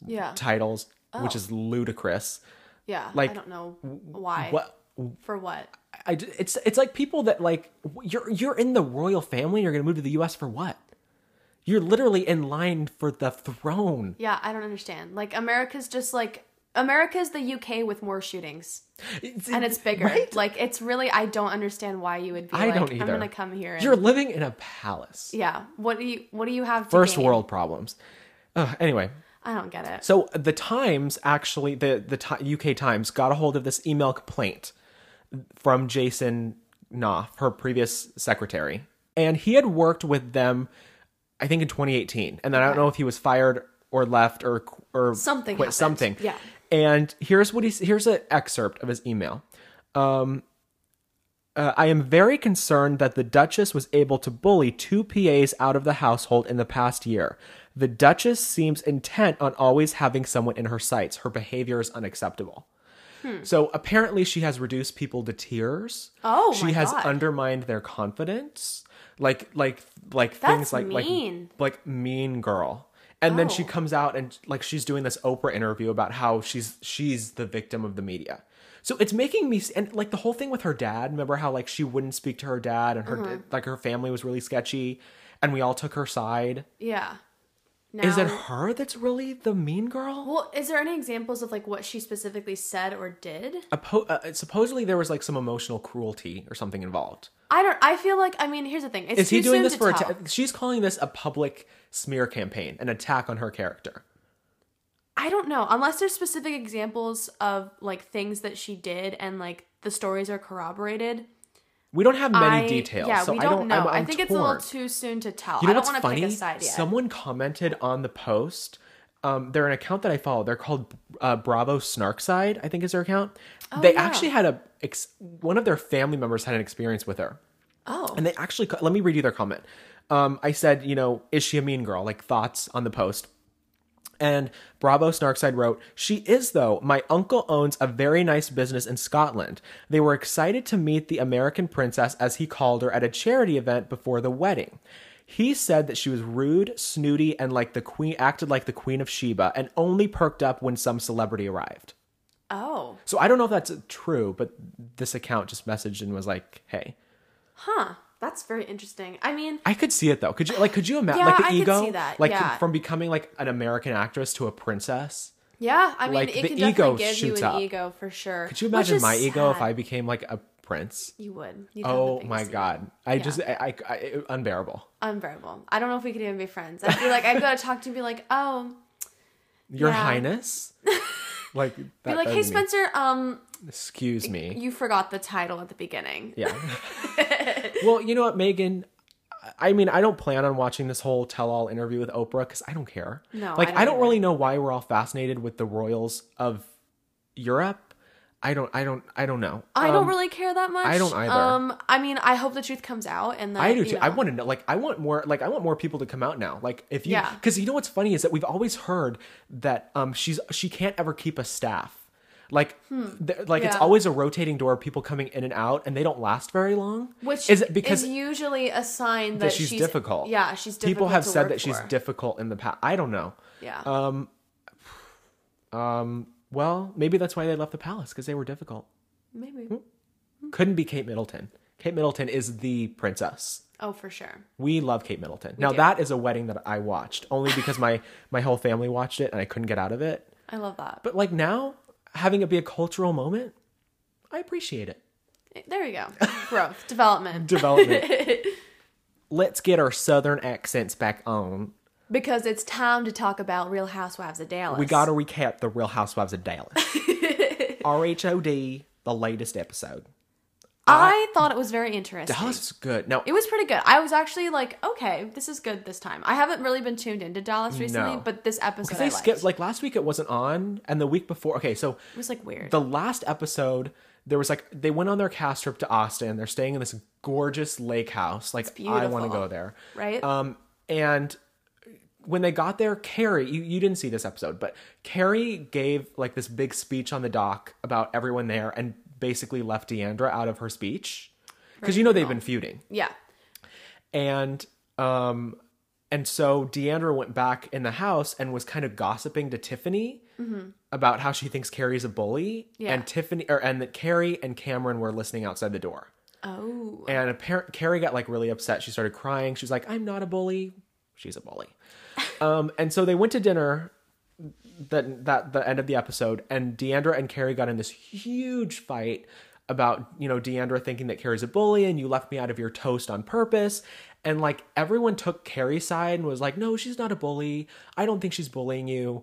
[SPEAKER 2] Yeah.
[SPEAKER 1] titles,
[SPEAKER 2] Oh.
[SPEAKER 1] which is ludicrous.
[SPEAKER 2] Yeah.
[SPEAKER 1] like,
[SPEAKER 2] I don't know why.
[SPEAKER 1] What?
[SPEAKER 2] For what?
[SPEAKER 1] I, it's it's like people that like you're you're in the royal family. You're gonna move to the U.S. for what? You're literally in line for the throne.
[SPEAKER 2] Yeah, I don't understand. Like America's just like America's the UK with more shootings, and it's bigger.
[SPEAKER 1] (laughs) Right?
[SPEAKER 2] Like it's really I don't understand why you would be
[SPEAKER 1] I
[SPEAKER 2] like
[SPEAKER 1] don't
[SPEAKER 2] I'm
[SPEAKER 1] either.
[SPEAKER 2] gonna come here. And,
[SPEAKER 1] You're living in a palace.
[SPEAKER 2] (laughs) yeah. What do you What do you have? To
[SPEAKER 1] first
[SPEAKER 2] gain?
[SPEAKER 1] world problems. Ugh, anyway,
[SPEAKER 2] I don't get it.
[SPEAKER 1] so the Times actually, the the Ti- UK Times got a hold of this email complaint from Jason Knopf, her previous secretary, and he had worked with them, I think in 2018, and then I don't know if he was fired or left or or
[SPEAKER 2] Something
[SPEAKER 1] quit
[SPEAKER 2] happened.
[SPEAKER 1] something.
[SPEAKER 2] Yeah.
[SPEAKER 1] And here's what he here's an excerpt of his email. Uh, I am very concerned that the Duchess was able to bully two PAs out of the household in the past year. The Duchess seems intent on always having someone in her sights. Her behavior is unacceptable.
[SPEAKER 2] Hmm.
[SPEAKER 1] So apparently, she has reduced people to tears.
[SPEAKER 2] Oh
[SPEAKER 1] she
[SPEAKER 2] my
[SPEAKER 1] has
[SPEAKER 2] God.
[SPEAKER 1] undermined their confidence. Like, like, like things
[SPEAKER 2] That's
[SPEAKER 1] like
[SPEAKER 2] mean.
[SPEAKER 1] like like mean girl. And then she
[SPEAKER 2] Oh.
[SPEAKER 1] comes out and like she's doing this Oprah interview about how she's she's the victim of the media. So it's making me and like the whole thing with her dad. Remember how like she wouldn't speak to her dad and her
[SPEAKER 2] Mm-hmm.
[SPEAKER 1] like her family was really sketchy, and we all took her side.
[SPEAKER 2] Yeah. Now,
[SPEAKER 1] Is it her that's really the mean girl?
[SPEAKER 2] (laughs) well? Is there any examples of like what she specifically said or did?
[SPEAKER 1] Appo- uh, supposedly there was like some emotional cruelty or something involved.
[SPEAKER 2] I don't. I feel like I mean, here's the thing. It's
[SPEAKER 1] Is he
[SPEAKER 2] too
[SPEAKER 1] doing
[SPEAKER 2] soon
[SPEAKER 1] this
[SPEAKER 2] to
[SPEAKER 1] for?
[SPEAKER 2] tell.
[SPEAKER 1] Atta- she's calling this a public smear campaign, an attack on her character.
[SPEAKER 2] I don't know. Unless there's specific examples of like things that she did and like the stories are corroborated.
[SPEAKER 1] We don't have many
[SPEAKER 2] I-
[SPEAKER 1] details,
[SPEAKER 2] Yeah,
[SPEAKER 1] so
[SPEAKER 2] we
[SPEAKER 1] I
[SPEAKER 2] don't
[SPEAKER 1] don't
[SPEAKER 2] know.
[SPEAKER 1] I'm,
[SPEAKER 2] i
[SPEAKER 1] I'm
[SPEAKER 2] think
[SPEAKER 1] torn.
[SPEAKER 2] it's a little too soon to tell.
[SPEAKER 1] You know
[SPEAKER 2] I don't
[SPEAKER 1] what's
[SPEAKER 2] want to
[SPEAKER 1] funny?
[SPEAKER 2] pick a side yet.
[SPEAKER 1] Someone commented on the post. Um, they're an account that I follow. They're called uh, Bravo Snarkside, I think is their account. they
[SPEAKER 2] Oh, yeah.
[SPEAKER 1] actually had a ex- one of their family members had an experience with her.
[SPEAKER 2] oh,
[SPEAKER 1] And they actually, co- let me read you their comment. Um, I said, you know, is she a mean girl? Like thoughts on the post. And Bravo Snarkside wrote, She is, though. My uncle owns a very nice business in Scotland. They were excited to meet the American princess, as he called her, at a charity event before the wedding. He said that she was rude, snooty, and like the queen, acted like the Queen of Sheba, and only perked up when some celebrity arrived.
[SPEAKER 2] oh,
[SPEAKER 1] So I don't know if that's true, but this account just messaged and was like, "Hey,
[SPEAKER 2] huh. That's very interesting. I mean,
[SPEAKER 1] I could see it though. Could you like could you imagine
[SPEAKER 2] Yeah,
[SPEAKER 1] like the
[SPEAKER 2] I could
[SPEAKER 1] ego
[SPEAKER 2] see that,
[SPEAKER 1] like
[SPEAKER 2] yeah.
[SPEAKER 1] from becoming like an American actress to a princess?
[SPEAKER 2] yeah. I mean,
[SPEAKER 1] Like, the
[SPEAKER 2] it can
[SPEAKER 1] ego
[SPEAKER 2] definitely give you
[SPEAKER 1] shoots
[SPEAKER 2] an
[SPEAKER 1] up.
[SPEAKER 2] ego for sure.
[SPEAKER 1] Could you
[SPEAKER 2] which
[SPEAKER 1] imagine
[SPEAKER 2] is
[SPEAKER 1] my ego if
[SPEAKER 2] sad.
[SPEAKER 1] I became like a prince?
[SPEAKER 2] You would. You'd have the
[SPEAKER 1] Oh
[SPEAKER 2] biggest
[SPEAKER 1] my
[SPEAKER 2] ego.
[SPEAKER 1] god. I just I, I, I unbearable.
[SPEAKER 2] (laughs) unbearable. I don't know if we could even be friends. I'd be like, I'd go to talk to you and be like, oh,
[SPEAKER 1] Your
[SPEAKER 2] Yeah. (laughs)
[SPEAKER 1] Highness. like that.
[SPEAKER 2] Be like,
[SPEAKER 1] that
[SPEAKER 2] hey
[SPEAKER 1] is me.
[SPEAKER 2] Spencer, um,
[SPEAKER 1] Excuse me.
[SPEAKER 2] you forgot the title at the beginning. (laughs)
[SPEAKER 1] Yeah. well, you know what, Megan? I- I mean, I don't plan on watching this whole tell-all interview with Oprah because I don't care.
[SPEAKER 2] No,
[SPEAKER 1] like
[SPEAKER 2] I
[SPEAKER 1] I
[SPEAKER 2] don't
[SPEAKER 1] don't,
[SPEAKER 2] either.
[SPEAKER 1] really know why we're all fascinated with the royals of Europe. I don't. I don't. I don't know.
[SPEAKER 2] I don't
[SPEAKER 1] Um,
[SPEAKER 2] really care that much.
[SPEAKER 1] I don't either.
[SPEAKER 2] Um, I mean, I hope the truth comes out, and that,
[SPEAKER 1] I do
[SPEAKER 2] you
[SPEAKER 1] too.
[SPEAKER 2] know-
[SPEAKER 1] I want to know. Like, I want more. Like, I want more people to come out now. Like, if you,
[SPEAKER 2] Yeah.
[SPEAKER 1] because you know what's funny is that we've always heard that um she's she can't ever keep a staff. Like, th- like it's
[SPEAKER 2] Hmm. Yeah.
[SPEAKER 1] always a rotating door of people coming in and out, and they don't last very long.
[SPEAKER 2] which
[SPEAKER 1] is because
[SPEAKER 2] is usually a sign
[SPEAKER 1] that
[SPEAKER 2] that,
[SPEAKER 1] she's, difficult.
[SPEAKER 2] Yeah, she's difficult.
[SPEAKER 1] People have
[SPEAKER 2] to
[SPEAKER 1] said
[SPEAKER 2] work
[SPEAKER 1] that she's
[SPEAKER 2] for.
[SPEAKER 1] difficult in the past. I don't know.
[SPEAKER 2] Yeah.
[SPEAKER 1] Um, um. Well, maybe that's why they left the palace because they were difficult.
[SPEAKER 2] Maybe.
[SPEAKER 1] hmm?
[SPEAKER 2] Hmm.
[SPEAKER 1] Couldn't be Kate Middleton. Kate Middleton is the princess.
[SPEAKER 2] Oh, for sure.
[SPEAKER 1] We love Kate Middleton. now
[SPEAKER 2] do.
[SPEAKER 1] that is a wedding that I watched only because my (laughs) my whole family watched it and I couldn't get out of it.
[SPEAKER 2] I love that.
[SPEAKER 1] But like now, having it be a cultural moment, I appreciate it.
[SPEAKER 2] There you go. Growth,
[SPEAKER 1] (laughs)
[SPEAKER 2] development.
[SPEAKER 1] Development. (laughs) Let's get our southern accents back on.
[SPEAKER 2] because it's time to talk about Real Housewives of Dallas.
[SPEAKER 1] We got to recap the Real Housewives of (laughs) Dallas. RHOD, the latest episode.
[SPEAKER 2] I thought it was very interesting.
[SPEAKER 1] Dallas is good. Now,
[SPEAKER 2] It was pretty good. I was actually like, okay, this is good this time. I haven't really been tuned into Dallas recently,
[SPEAKER 1] No.
[SPEAKER 2] but this episode I
[SPEAKER 1] they
[SPEAKER 2] liked.
[SPEAKER 1] skipped like last week. It wasn't on, and the week before. Okay, so
[SPEAKER 2] it was like weird.
[SPEAKER 1] the last episode there was like they went on their cast trip to austin they're staying in this gorgeous lake house like i want
[SPEAKER 2] beautiful.
[SPEAKER 1] to go there
[SPEAKER 2] Right?
[SPEAKER 1] um and when they got there carrie you, you didn't see this episode but carrie gave like this big speech on the dock about everyone there and basically left deandra out of her speech because you know they've been feuding
[SPEAKER 2] yeah.
[SPEAKER 1] and um and so Deandra went back in the house and was kind of gossiping to Tiffany about how she thinks Carrie's a bully,
[SPEAKER 2] Yeah.
[SPEAKER 1] and Tiffany or and that Carrie and Cameron were listening outside the door.
[SPEAKER 2] Oh.
[SPEAKER 1] And apparent Carrie got like really upset. She started crying. She's like, "I'm not a bully. She's a bully." um, and so they went to dinner. That that the end of the episode, and Deandra and Carrie got in this huge fight about you know Deandra thinking that Carrie's a bully, and you left me out of your toast on purpose. And like everyone took Carrie's side and was like, "No, she's not a bully. I don't think she's bullying you."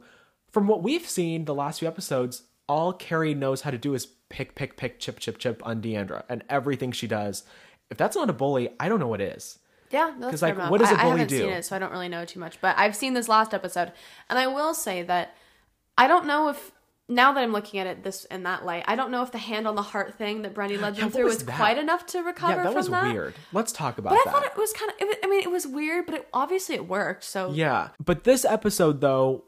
[SPEAKER 1] From what we've seen the last few episodes, all Carrie knows how to do is pick, pick, pick, chip, chip, chip on Deandra, and everything she does. If that's not a bully, I don't know what is.
[SPEAKER 2] Yeah, no, that's
[SPEAKER 1] 'Cause, like,
[SPEAKER 2] fair enough.
[SPEAKER 1] what does
[SPEAKER 2] I-
[SPEAKER 1] a bully
[SPEAKER 2] I haven't
[SPEAKER 1] do?
[SPEAKER 2] seen it, so I don't really know too much. But I've seen this last episode, and I will say that I don't know if now that I'm looking at it this in that light, I don't know if the hand on the heart thing that Brandy led them
[SPEAKER 1] what
[SPEAKER 2] through
[SPEAKER 1] was
[SPEAKER 2] was
[SPEAKER 1] that?
[SPEAKER 2] quite enough to recover
[SPEAKER 1] Yeah, that
[SPEAKER 2] from
[SPEAKER 1] was
[SPEAKER 2] that.
[SPEAKER 1] weird. Let's talk about
[SPEAKER 2] But I
[SPEAKER 1] that.
[SPEAKER 2] thought it was kind of. It, was- I mean, it was weird, but it, obviously it worked. So
[SPEAKER 1] Yeah. But this episode, though,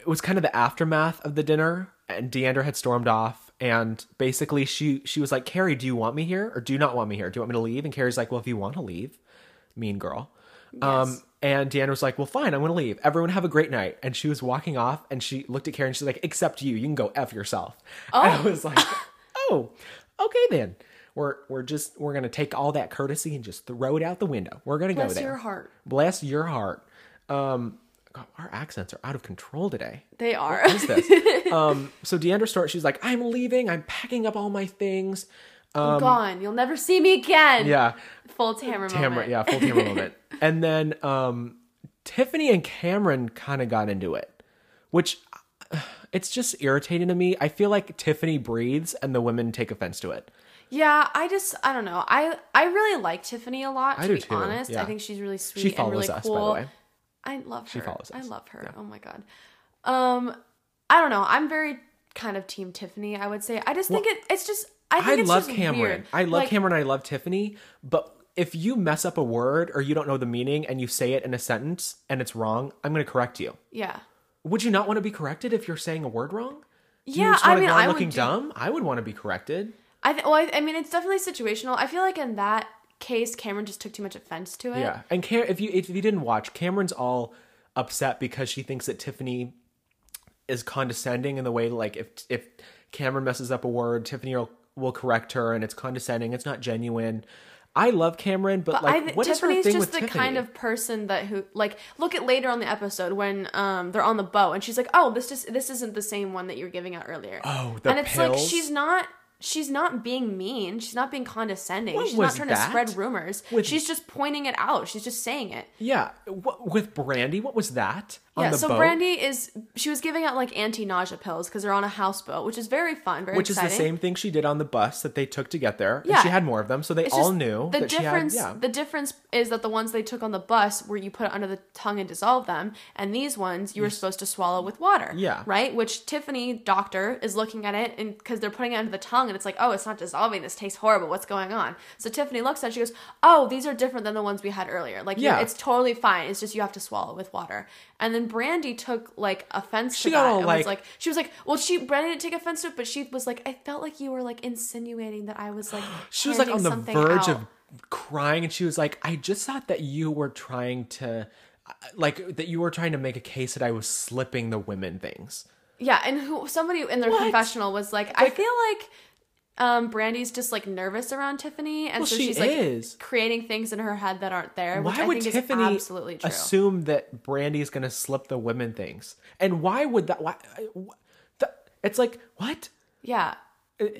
[SPEAKER 1] it was kind of the aftermath of the dinner, and Deandra had stormed off. And basically, she she was like, Carrie, do you want me here or do you not want me here? Do you want me to leave? And Carrie's like, Well, if you want to leave, mean girl. Um, and Deandra was like, Well, fine, I'm going to leave. Everyone have a great night. And she was walking off, and she looked at Carrie and she's like, Except you, you can go F yourself. (laughs) And I
[SPEAKER 2] (laughs)
[SPEAKER 1] was like, Oh, okay then. We're, we're just we're gonna take all that courtesy and just throw it out the window. We're gonna go
[SPEAKER 2] bless
[SPEAKER 1] there.
[SPEAKER 2] your heart.
[SPEAKER 1] Bless your heart. Um, God, our accents are out of control today.
[SPEAKER 2] They are.
[SPEAKER 1] What is
[SPEAKER 2] (laughs)
[SPEAKER 1] this? um, so Deandra starts. She's like, "I'm leaving. I'm packing up all my things." Um,
[SPEAKER 2] Gone. You'll never see me again.
[SPEAKER 1] yeah,
[SPEAKER 2] Full Tamara
[SPEAKER 1] Tamara.
[SPEAKER 2] moment.
[SPEAKER 1] Yeah, full Tamara moment. And then um, Tiffany and Cameron kind of got into it, which uh, it's just irritating to me. I feel like Tiffany breathes, and the women take offense to it.
[SPEAKER 2] Yeah, I just I don't know. I I really like Tiffany a lot. To
[SPEAKER 1] I
[SPEAKER 2] be
[SPEAKER 1] do too,
[SPEAKER 2] honest, I
[SPEAKER 1] yeah.
[SPEAKER 2] think she's really sweet
[SPEAKER 1] She
[SPEAKER 2] and
[SPEAKER 1] follows
[SPEAKER 2] really
[SPEAKER 1] us,
[SPEAKER 2] cool.
[SPEAKER 1] by the way.
[SPEAKER 2] I love her. She
[SPEAKER 1] follows
[SPEAKER 2] I
[SPEAKER 1] us,
[SPEAKER 2] love her. Oh my god. Um, I don't know. I'm very kind of team Tiffany. I would say. I just think it. It's just. I
[SPEAKER 1] I
[SPEAKER 2] think it's
[SPEAKER 1] love
[SPEAKER 2] just
[SPEAKER 1] Cameron.
[SPEAKER 2] weird.
[SPEAKER 1] I love
[SPEAKER 2] Like,
[SPEAKER 1] Cameron. I love Tiffany. But if you mess up a word or you don't know the meaning and you say it in a sentence and it's wrong, I'm going to correct you.
[SPEAKER 2] Yeah.
[SPEAKER 1] Would you not want to be corrected if you're saying a word wrong? Do you
[SPEAKER 2] Yeah,
[SPEAKER 1] just
[SPEAKER 2] I
[SPEAKER 1] wanna
[SPEAKER 2] mean,
[SPEAKER 1] go on
[SPEAKER 2] I
[SPEAKER 1] looking
[SPEAKER 2] would. Do,
[SPEAKER 1] dumb. I would want to be corrected.
[SPEAKER 2] I th- well, I, I mean, it's definitely situational. I feel like in that case, Cameron just took too much offense to it.
[SPEAKER 1] Yeah, and Cam- if you if you didn't watch, Cameron's all upset because she thinks that Tiffany is condescending in the way like if if Cameron messes up a word, Tiffany will, will correct her, and it's condescending. It's not genuine. I love Cameron, but,
[SPEAKER 2] I
[SPEAKER 1] like,
[SPEAKER 2] th-
[SPEAKER 1] what is
[SPEAKER 2] Tiffany's
[SPEAKER 1] her thing with
[SPEAKER 2] just the
[SPEAKER 1] Tiffany?
[SPEAKER 2] kind of person that who like look at later on the episode when um they're on the boat and she's like, "Oh, this just this isn't the same one that you were giving out earlier."
[SPEAKER 1] Oh, the
[SPEAKER 2] and it's like
[SPEAKER 1] pills?
[SPEAKER 2] she's not she's not being mean. She's not being condescending.
[SPEAKER 1] What
[SPEAKER 2] she's not
[SPEAKER 1] was
[SPEAKER 2] trying
[SPEAKER 1] that?
[SPEAKER 2] to spread rumors.
[SPEAKER 1] With-
[SPEAKER 2] she's just pointing it out. She's just saying it.
[SPEAKER 1] Yeah, what, with Brandy, what was that on
[SPEAKER 2] yeah.
[SPEAKER 1] the
[SPEAKER 2] So
[SPEAKER 1] boat?
[SPEAKER 2] Brandy is she was giving out like anti-nausea pills because they're on a houseboat, which is very fun, very
[SPEAKER 1] which
[SPEAKER 2] exciting.
[SPEAKER 1] is the same thing she did on the bus that they took to get there.
[SPEAKER 2] Yeah.
[SPEAKER 1] and she had more of them, so they
[SPEAKER 2] It's
[SPEAKER 1] all
[SPEAKER 2] just
[SPEAKER 1] knew
[SPEAKER 2] the
[SPEAKER 1] that
[SPEAKER 2] difference.
[SPEAKER 1] she had. Yeah,
[SPEAKER 2] The difference is that the ones they took on the bus were you put it under the tongue and dissolve them, and these ones you were supposed to swallow with water.
[SPEAKER 1] Yeah.
[SPEAKER 2] right. Which Tiffany doctor is looking at it, and because they're putting it under the tongue, and it's like, oh, it's not dissolving. This tastes horrible. What's going on? So Tiffany looks at it, she goes, oh, these are different than the ones we had earlier. Like, yeah,
[SPEAKER 1] Yeah.
[SPEAKER 2] it's totally fine. It's just you have to swallow with water. And then Brandy took like offense.
[SPEAKER 1] She
[SPEAKER 2] to
[SPEAKER 1] got
[SPEAKER 2] that
[SPEAKER 1] all,
[SPEAKER 2] and was
[SPEAKER 1] like-
[SPEAKER 2] like, she was like, well, she Brandy didn't take offense to it, but she was like, I felt like you were like insinuating that I was like,
[SPEAKER 1] (gasps)
[SPEAKER 2] (gasps)
[SPEAKER 1] she was like on
[SPEAKER 2] handing
[SPEAKER 1] the
[SPEAKER 2] something
[SPEAKER 1] verge
[SPEAKER 2] out.
[SPEAKER 1] of crying, and she was like, "I just thought that you were trying to, uh, like, that you were trying to make a case that I was slipping the women things."
[SPEAKER 2] yeah and who somebody in their confessional was like, i feel like um brandy's just like nervous around tiffany and
[SPEAKER 1] Well,
[SPEAKER 2] so
[SPEAKER 1] she
[SPEAKER 2] she's like
[SPEAKER 1] is.
[SPEAKER 2] creating things in her head that aren't there which
[SPEAKER 1] Why
[SPEAKER 2] i
[SPEAKER 1] would
[SPEAKER 2] think is
[SPEAKER 1] Tiffany
[SPEAKER 2] absolutely true
[SPEAKER 1] assume that Brandy is going to slip the women things? And why would that? Why? I- wh- the- It's like what?
[SPEAKER 2] yeah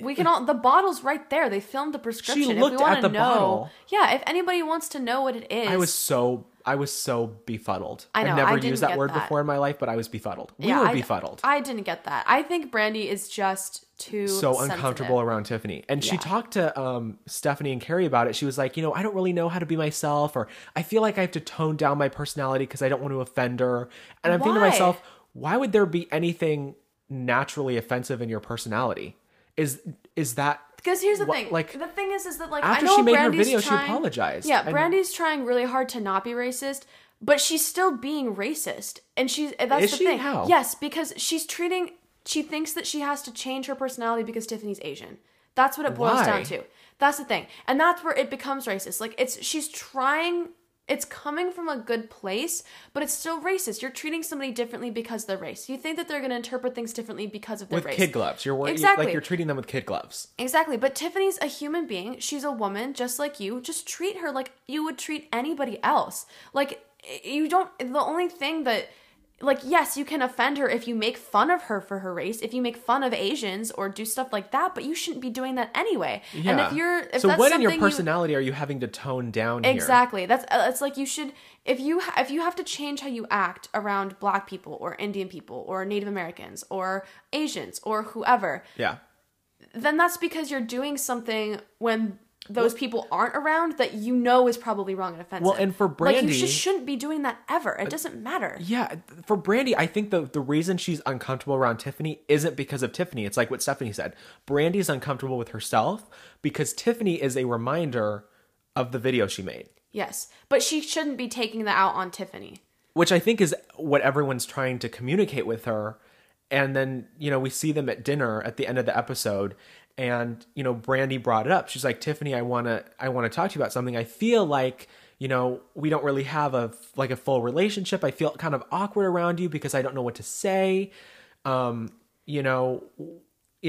[SPEAKER 2] we can all the bottle's right there they filmed the prescription if
[SPEAKER 1] Uh, looked
[SPEAKER 2] we
[SPEAKER 1] at
[SPEAKER 2] want to
[SPEAKER 1] the
[SPEAKER 2] know
[SPEAKER 1] bottle.
[SPEAKER 2] yeah if anybody wants to know what it is
[SPEAKER 1] I was so I was so befuddled.
[SPEAKER 2] I know,
[SPEAKER 1] have never
[SPEAKER 2] I didn't
[SPEAKER 1] used that
[SPEAKER 2] get
[SPEAKER 1] word
[SPEAKER 2] that.
[SPEAKER 1] before in my life, but I was befuddled. We
[SPEAKER 2] yeah,
[SPEAKER 1] were
[SPEAKER 2] I,
[SPEAKER 1] befuddled.
[SPEAKER 2] i didn't get that i think brandy is just too
[SPEAKER 1] so
[SPEAKER 2] sensitive.
[SPEAKER 1] uncomfortable around Tiffany. And she
[SPEAKER 2] Yeah.
[SPEAKER 1] talked to um, Stephanie and Carrie about it. She was like, you know, I don't really know how to be myself, or I feel like I have to tone down my personality because I don't want to offend her. And I'm thinking to
[SPEAKER 2] Why?
[SPEAKER 1] myself, why would there be anything naturally offensive in your personality? Is is that
[SPEAKER 2] Because here's the
[SPEAKER 1] Wha-
[SPEAKER 2] thing.
[SPEAKER 1] like,
[SPEAKER 2] Like the thing is, is that like
[SPEAKER 1] after
[SPEAKER 2] I know
[SPEAKER 1] she made her
[SPEAKER 2] Brandy's
[SPEAKER 1] video, she
[SPEAKER 2] trying,
[SPEAKER 1] apologized,
[SPEAKER 2] Yeah,
[SPEAKER 1] and-
[SPEAKER 2] Brandy's trying really hard to not be racist, but she's still being racist, and she's and that's
[SPEAKER 1] Is
[SPEAKER 2] the
[SPEAKER 1] she?
[SPEAKER 2] thing.
[SPEAKER 1] How?
[SPEAKER 2] Yes, because she's treating. She thinks that she has to change her personality because Tiffany's Asian. That's what it boils
[SPEAKER 1] Why?
[SPEAKER 2] down to. That's the thing, and that's where it becomes racist. Like it's she's trying. It's coming from a good place, but it's still racist. You're treating somebody differently because of their race. You think that they're going to interpret things differently because of their
[SPEAKER 1] with
[SPEAKER 2] race.
[SPEAKER 1] kid gloves? You're worried like
[SPEAKER 2] Exactly.
[SPEAKER 1] you're treating them with kid gloves.
[SPEAKER 2] Exactly, but Tiffany's a human being. She's a woman just like you. Just treat her like you would treat anybody else. Like you don't the only thing that like yes, you can offend her if you make fun of her for her race, if you make fun of Asians or do stuff like that, but you shouldn't be doing that anyway.
[SPEAKER 1] Yeah.
[SPEAKER 2] And if you're if
[SPEAKER 1] so
[SPEAKER 2] that's
[SPEAKER 1] what in
[SPEAKER 2] something
[SPEAKER 1] your
[SPEAKER 2] you,
[SPEAKER 1] personality are you having to tone down here?
[SPEAKER 2] Exactly. That's uh, it's like you should if you ha- if you have to change how you act around black people or Indian people or Native Americans or Asians or whoever,
[SPEAKER 1] Yeah.
[SPEAKER 2] then that's because you're doing something when those people aren't around that you know is probably wrong and offensive.
[SPEAKER 1] Well, and for
[SPEAKER 2] like
[SPEAKER 1] Brandy- Uh,
[SPEAKER 2] you just shouldn't be doing that ever. It doesn't matter.
[SPEAKER 1] Yeah, for Brandy, I think the the reason she's uncomfortable around Tiffany isn't because of Tiffany. It's like what Stephanie said. Brandy's uncomfortable with herself because Tiffany is a reminder of the video she made,
[SPEAKER 2] Yes, but she shouldn't be taking that out on Tiffany.
[SPEAKER 1] which I think is what everyone's trying to communicate with her. And then, you know, we see them at dinner at the end of the episode and, you know, Brandy brought it up. She's like, "Tiffany, I want to I want to talk to you about something. I feel like you know, we don't really have a like a full relationship. I feel kind of awkward around you because I don't know what to say. Um, you know, you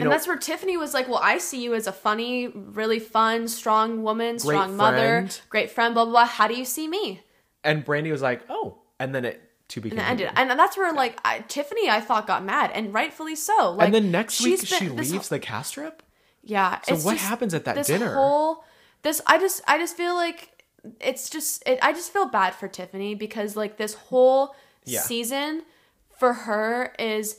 [SPEAKER 2] And
[SPEAKER 1] know,
[SPEAKER 2] that's where Tiffany was like, "Well, I see you as a funny, really fun, strong woman, strong mother,
[SPEAKER 1] friend.
[SPEAKER 2] great friend, blah blah. blah. How do you see me?"
[SPEAKER 1] and Brandy was like, oh, and then it to be
[SPEAKER 2] And it
[SPEAKER 1] continued.
[SPEAKER 2] ended. And that's where like I, Tiffany, I thought got mad, and rightfully so. Like,
[SPEAKER 1] And then next week
[SPEAKER 2] she's been-
[SPEAKER 1] she
[SPEAKER 2] this
[SPEAKER 1] leaves the cast trip.
[SPEAKER 2] Yeah. So
[SPEAKER 1] what happens at that
[SPEAKER 2] this
[SPEAKER 1] dinner?
[SPEAKER 2] Whole, this I just I just feel like it's just it, I just feel bad for Tiffany because like this whole
[SPEAKER 1] Yeah.
[SPEAKER 2] season for her is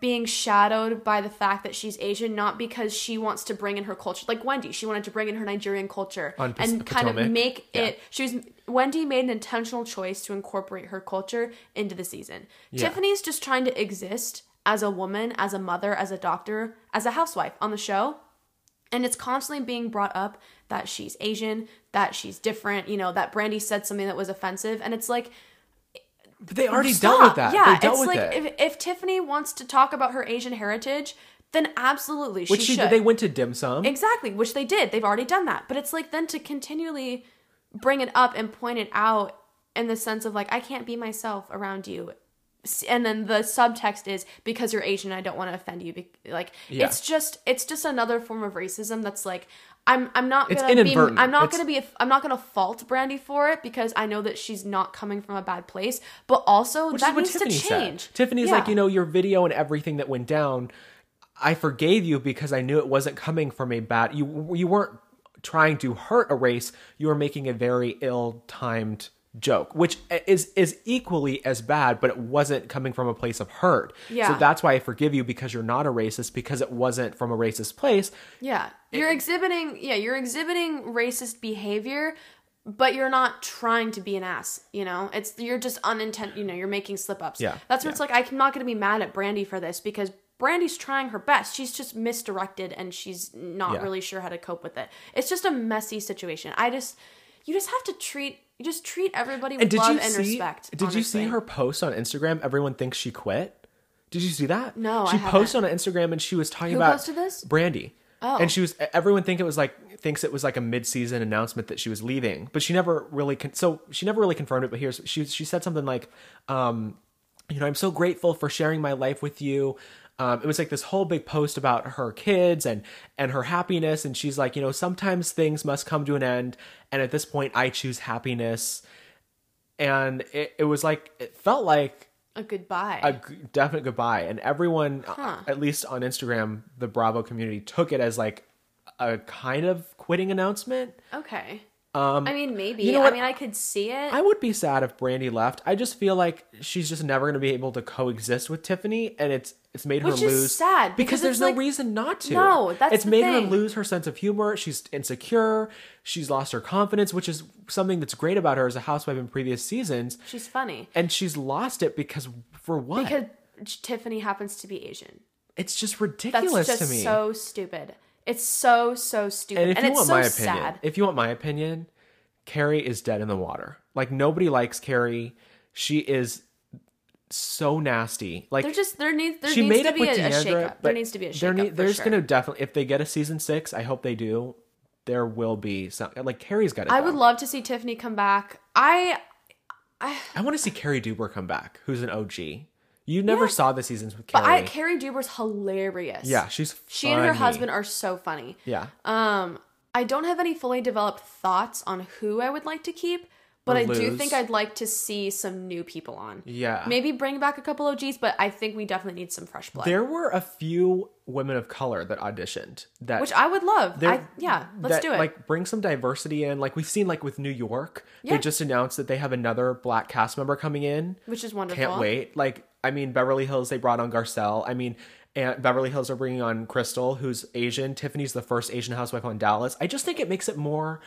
[SPEAKER 2] being shadowed by the fact that she's Asian, not because she wants to bring in her culture. Like Wendy, she wanted to bring in her Nigerian culture
[SPEAKER 1] On Pas-
[SPEAKER 2] and kind
[SPEAKER 1] Potomac.
[SPEAKER 2] of make
[SPEAKER 1] Yeah.
[SPEAKER 2] it. She was Wendy made an intentional choice to incorporate her culture into the season.
[SPEAKER 1] Yeah.
[SPEAKER 2] Tiffany's just trying to exist as a woman, as a mother, as a doctor, as a housewife on the show. And it's constantly being brought up that she's Asian, that she's different, you know, that Brandy said something that was offensive. And it's like,
[SPEAKER 1] But they already
[SPEAKER 2] stop.
[SPEAKER 1] dealt with that.
[SPEAKER 2] Yeah,
[SPEAKER 1] they dealt
[SPEAKER 2] it's
[SPEAKER 1] with
[SPEAKER 2] like
[SPEAKER 1] it.
[SPEAKER 2] If, if Tiffany wants to talk about her Asian heritage, then absolutely
[SPEAKER 1] Which
[SPEAKER 2] she
[SPEAKER 1] she,
[SPEAKER 2] should.
[SPEAKER 1] they went to dim sum.
[SPEAKER 2] Exactly, which they did. They've already done that. But it's like then to continually bring it up and point it out in the sense of like, I can't be myself around you. S- And then the subtext is because you're Asian, I don't want to offend you. Be- Like
[SPEAKER 1] Yeah.
[SPEAKER 2] it's just it's just another form of racism that's like I'm I'm not
[SPEAKER 1] It's
[SPEAKER 2] gonna be
[SPEAKER 1] inadvertent.
[SPEAKER 2] I'm not
[SPEAKER 1] It's-
[SPEAKER 2] gonna be I'm not gonna fault Brandy for it because I know that she's not coming from a bad place, but also
[SPEAKER 1] Which is
[SPEAKER 2] that
[SPEAKER 1] what
[SPEAKER 2] needs
[SPEAKER 1] Tiffany
[SPEAKER 2] to
[SPEAKER 1] said.
[SPEAKER 2] change.
[SPEAKER 1] Tiffany's
[SPEAKER 2] Yeah.
[SPEAKER 1] like, you know, your video and everything that went down. I forgave you because I knew it wasn't coming from a bad you you weren't trying to hurt a race you were making a very ill-timed joke which is is equally as bad but it wasn't coming from a place of hurt
[SPEAKER 2] Yeah.
[SPEAKER 1] so that's why i forgive you because you're not a racist because it wasn't from a racist place
[SPEAKER 2] Yeah. You're exhibiting yeah, you're exhibiting racist behavior, but you're not trying to be an ass, you know? It's you're just unintent you know, you're making slip ups.
[SPEAKER 1] Yeah,
[SPEAKER 2] That's where it's like I'm not gonna be mad at Brandy for this because Brandy's trying her best. She's just misdirected and she's not
[SPEAKER 1] Yeah.
[SPEAKER 2] really sure how to cope with it. It's just a messy situation. I just you just have to treat you just treat everybody with
[SPEAKER 1] and did
[SPEAKER 2] love
[SPEAKER 1] you
[SPEAKER 2] and
[SPEAKER 1] see
[SPEAKER 2] respect.
[SPEAKER 1] did you see
[SPEAKER 2] honestly.
[SPEAKER 1] her post on instagram everyone thinks she quit did you see that
[SPEAKER 2] No, I
[SPEAKER 1] she
[SPEAKER 2] haven't.
[SPEAKER 1] posted on instagram and she was talking
[SPEAKER 2] Who
[SPEAKER 1] about
[SPEAKER 2] posted this?
[SPEAKER 1] brandy
[SPEAKER 2] Oh.
[SPEAKER 1] and she was e, everyone think it was like thinks it was like a mid-season announcement that she was leaving but she never really con- so she never really confirmed it but here's she she said something like um you know i'm so grateful for sharing my life with you um, it was like this whole big post about her kids and and her happiness and she's like you know sometimes things must come to an end and at this point i choose happiness and it, it was like it felt like
[SPEAKER 2] a goodbye.
[SPEAKER 1] a g- definite goodbye and everyone uh, at least on instagram the bravo community took it as like a kind of quitting announcement
[SPEAKER 2] okay. Um, I mean, maybe.
[SPEAKER 1] you know what?
[SPEAKER 2] I mean, I could see it.
[SPEAKER 1] i would be sad if brandy left i just feel like she's just never going to be able to coexist with tiffany and it's it's made her
[SPEAKER 2] Which is
[SPEAKER 1] lose
[SPEAKER 2] sad, because
[SPEAKER 1] because, there's
[SPEAKER 2] it's
[SPEAKER 1] no
[SPEAKER 2] like-
[SPEAKER 1] reason not to
[SPEAKER 2] No, that's
[SPEAKER 1] it's
[SPEAKER 2] the
[SPEAKER 1] made her
[SPEAKER 2] thing.
[SPEAKER 1] lose her sense of humor she's insecure she's lost her confidence which is something that's great about her as a housewife in previous seasons
[SPEAKER 2] She's funny.
[SPEAKER 1] and she's lost it because for what
[SPEAKER 2] Because Tiffany happens to be Asian.
[SPEAKER 1] it's just
[SPEAKER 2] That's
[SPEAKER 1] ridiculous
[SPEAKER 2] just
[SPEAKER 1] to me
[SPEAKER 2] so stupid. It's so so stupid,
[SPEAKER 1] and
[SPEAKER 2] and,
[SPEAKER 1] if you
[SPEAKER 2] it's
[SPEAKER 1] want
[SPEAKER 2] so
[SPEAKER 1] my opinion
[SPEAKER 2] sad.
[SPEAKER 1] if you want my opinion carrie is dead in the water like nobody likes carrie she is so nasty like
[SPEAKER 2] They're just there needs there
[SPEAKER 1] she
[SPEAKER 2] needs
[SPEAKER 1] made
[SPEAKER 2] to
[SPEAKER 1] up
[SPEAKER 2] be
[SPEAKER 1] with
[SPEAKER 2] a, a
[SPEAKER 1] Deandra,
[SPEAKER 2] shakeup. There
[SPEAKER 1] but
[SPEAKER 2] needs to be a shakeup.
[SPEAKER 1] there need-
[SPEAKER 2] for
[SPEAKER 1] there's
[SPEAKER 2] sure.
[SPEAKER 1] gonna definitely if they get a season six i hope they do there will be some like carrie's got it
[SPEAKER 2] I would love to see Tiffany come back. I
[SPEAKER 1] i want to see carrie duber come back who's an og you never saw the seasons with carrie
[SPEAKER 2] I Carrie Duber's hilarious.
[SPEAKER 1] yeah she's
[SPEAKER 2] she and her
[SPEAKER 1] funny.
[SPEAKER 2] husband are so funny.
[SPEAKER 1] yeah
[SPEAKER 2] Um, I don't have any fully developed thoughts on who I would like to keep, but
[SPEAKER 1] Or
[SPEAKER 2] I do
[SPEAKER 1] lose.
[SPEAKER 2] think I'd like to see some new people on.
[SPEAKER 1] yeah
[SPEAKER 2] Maybe bring back a couple OGs, but I think we definitely need some fresh blood.
[SPEAKER 1] there were a few women of color that auditioned that
[SPEAKER 2] which I would love. I,
[SPEAKER 1] They're-
[SPEAKER 2] yeah, let's
[SPEAKER 1] that,
[SPEAKER 2] do it.
[SPEAKER 1] Like bring some diversity in. Like we've seen like with New York,
[SPEAKER 2] Yeah.
[SPEAKER 1] they just announced that they have another black cast member coming in.
[SPEAKER 2] which is wonderful.
[SPEAKER 1] Can't wait. Like I mean Beverly Hills they brought on Garcelle. I mean and Beverly Hills are bringing on Crystal who's Asian. Tiffany's the first Asian housewife on Dallas. I just think it makes it more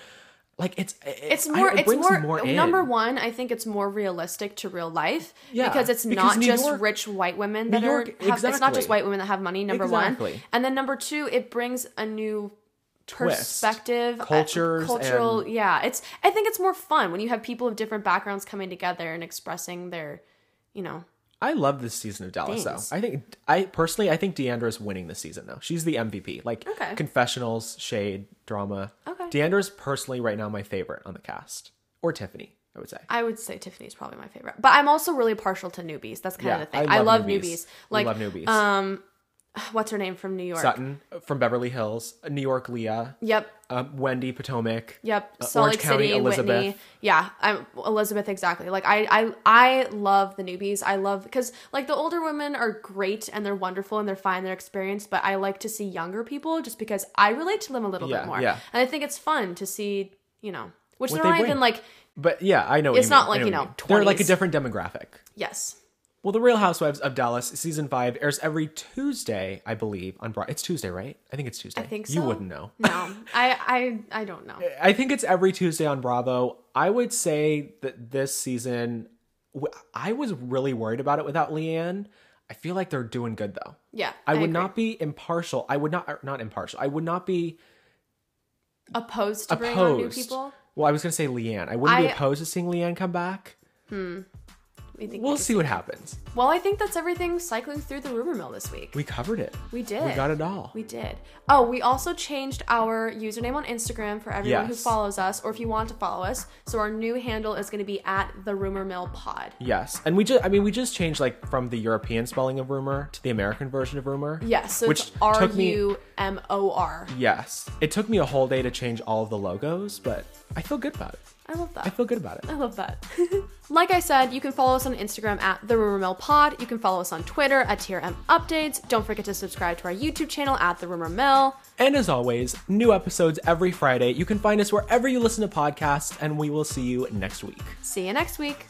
[SPEAKER 1] like it's
[SPEAKER 2] It's
[SPEAKER 1] I-
[SPEAKER 2] more.
[SPEAKER 1] it
[SPEAKER 2] it's
[SPEAKER 1] brings
[SPEAKER 2] more.
[SPEAKER 1] in.
[SPEAKER 2] number one, I think it's more realistic to real life
[SPEAKER 1] Yeah,
[SPEAKER 2] because it's
[SPEAKER 1] because
[SPEAKER 2] not
[SPEAKER 1] New
[SPEAKER 2] just
[SPEAKER 1] York-
[SPEAKER 2] rich white women that
[SPEAKER 1] New York-
[SPEAKER 2] are. Have, It's not
[SPEAKER 1] exactly.
[SPEAKER 2] just white women that have money. Number one,
[SPEAKER 1] Exactly.
[SPEAKER 2] and then number two, it brings a new perspective, uh,
[SPEAKER 1] Cultures
[SPEAKER 2] cultural.
[SPEAKER 1] and-
[SPEAKER 2] Yeah, it's. I think it's more fun when you have people of different backgrounds coming together and expressing their, you know,
[SPEAKER 1] I love this season of Dallas
[SPEAKER 2] Thanks.
[SPEAKER 1] though. I think I personally I think Deandra's winning this season though. She's the MVP. Like
[SPEAKER 2] Okay.
[SPEAKER 1] confessionals, shade, drama.
[SPEAKER 2] Okay.
[SPEAKER 1] Deandra's personally right now my favorite on the cast. Or Tiffany, I would say.
[SPEAKER 2] I would say Tiffany's probably my favorite, but I'm also really partial to newbies. That's kind of the thing. I love, newbies.
[SPEAKER 1] We
[SPEAKER 2] Like,
[SPEAKER 1] love newbies.
[SPEAKER 2] um, what's her name from New York?
[SPEAKER 1] Sutton from Beverly Hills, New York Leah,
[SPEAKER 2] Yep,
[SPEAKER 1] um, Wendy Potomac.
[SPEAKER 2] yep.
[SPEAKER 1] Uh,
[SPEAKER 2] Salt
[SPEAKER 1] Orange
[SPEAKER 2] Lake
[SPEAKER 1] County,
[SPEAKER 2] City,
[SPEAKER 1] Elizabeth.
[SPEAKER 2] Whitney. Yeah, I'm Elizabeth exactly. Like I, I, I love the newbies. I love because like the older women are great and they're wonderful and they're fine, they're experienced. But I like to see younger people just because I relate to them a little
[SPEAKER 1] Yeah,
[SPEAKER 2] bit more.
[SPEAKER 1] yeah.
[SPEAKER 2] and I think it's fun to see you know which
[SPEAKER 1] What
[SPEAKER 2] they're
[SPEAKER 1] they
[SPEAKER 2] not even
[SPEAKER 1] bring.
[SPEAKER 2] like
[SPEAKER 1] But yeah, I know. what
[SPEAKER 2] It's
[SPEAKER 1] you mean.
[SPEAKER 2] not like,
[SPEAKER 1] I
[SPEAKER 2] you
[SPEAKER 1] what
[SPEAKER 2] know,
[SPEAKER 1] mean. They're like a
[SPEAKER 2] 20s.
[SPEAKER 1] different demographic.
[SPEAKER 2] yes.
[SPEAKER 1] Well, The Real Housewives of Dallas season five airs every Tuesday, I believe. On Broad, it's Tuesday, right? I think it's Tuesday. I
[SPEAKER 2] think
[SPEAKER 1] You
[SPEAKER 2] so.
[SPEAKER 1] wouldn't know.
[SPEAKER 2] No, I, I, I don't know.
[SPEAKER 1] I think it's every Tuesday on Bravo. I would say that this season, w- I was really worried about it without Leanne. I feel like they're doing good though.
[SPEAKER 2] Yeah,
[SPEAKER 1] I, would
[SPEAKER 2] agree.
[SPEAKER 1] not be impartial. I would not or not impartial. I would not be
[SPEAKER 2] opposed to bringing on new
[SPEAKER 1] opposed.
[SPEAKER 2] people.
[SPEAKER 1] Well, I was gonna say Leanne. I wouldn't be
[SPEAKER 2] I-
[SPEAKER 1] opposed to seeing Leanne come back.
[SPEAKER 2] We think
[SPEAKER 1] We'll see what happens.
[SPEAKER 2] Well, I think that's everything cycling through the rumor mill this week.
[SPEAKER 1] We covered it.
[SPEAKER 2] We did.
[SPEAKER 1] We got it all.
[SPEAKER 2] We did. Oh, we also changed our username on Instagram for everyone who
[SPEAKER 1] Yes.
[SPEAKER 2] follows us, or if you want to follow us. So our new handle is going to be at the rumor mill pod.
[SPEAKER 1] Yes, and we just—I mean, we just changed like from the European spelling of rumor to the American version of rumor.
[SPEAKER 2] Yes, so
[SPEAKER 1] which
[SPEAKER 2] it's R
[SPEAKER 1] took me
[SPEAKER 2] U M O R.
[SPEAKER 1] Yes. It took me a whole day to change all of the logos, but I feel good about it.
[SPEAKER 2] I love
[SPEAKER 1] I
[SPEAKER 2] that.
[SPEAKER 1] feel good about it.
[SPEAKER 2] I love that. (laughs) Like I said, you can follow us on Instagram at The Rumor Mill Pod. You can follow us on Twitter at TRM Updates. Don't forget to subscribe to our YouTube channel at The Rumor Mill.
[SPEAKER 1] And as always, new episodes every Friday. You can find us wherever you listen to podcasts, and we will see you next week.
[SPEAKER 2] See you next week.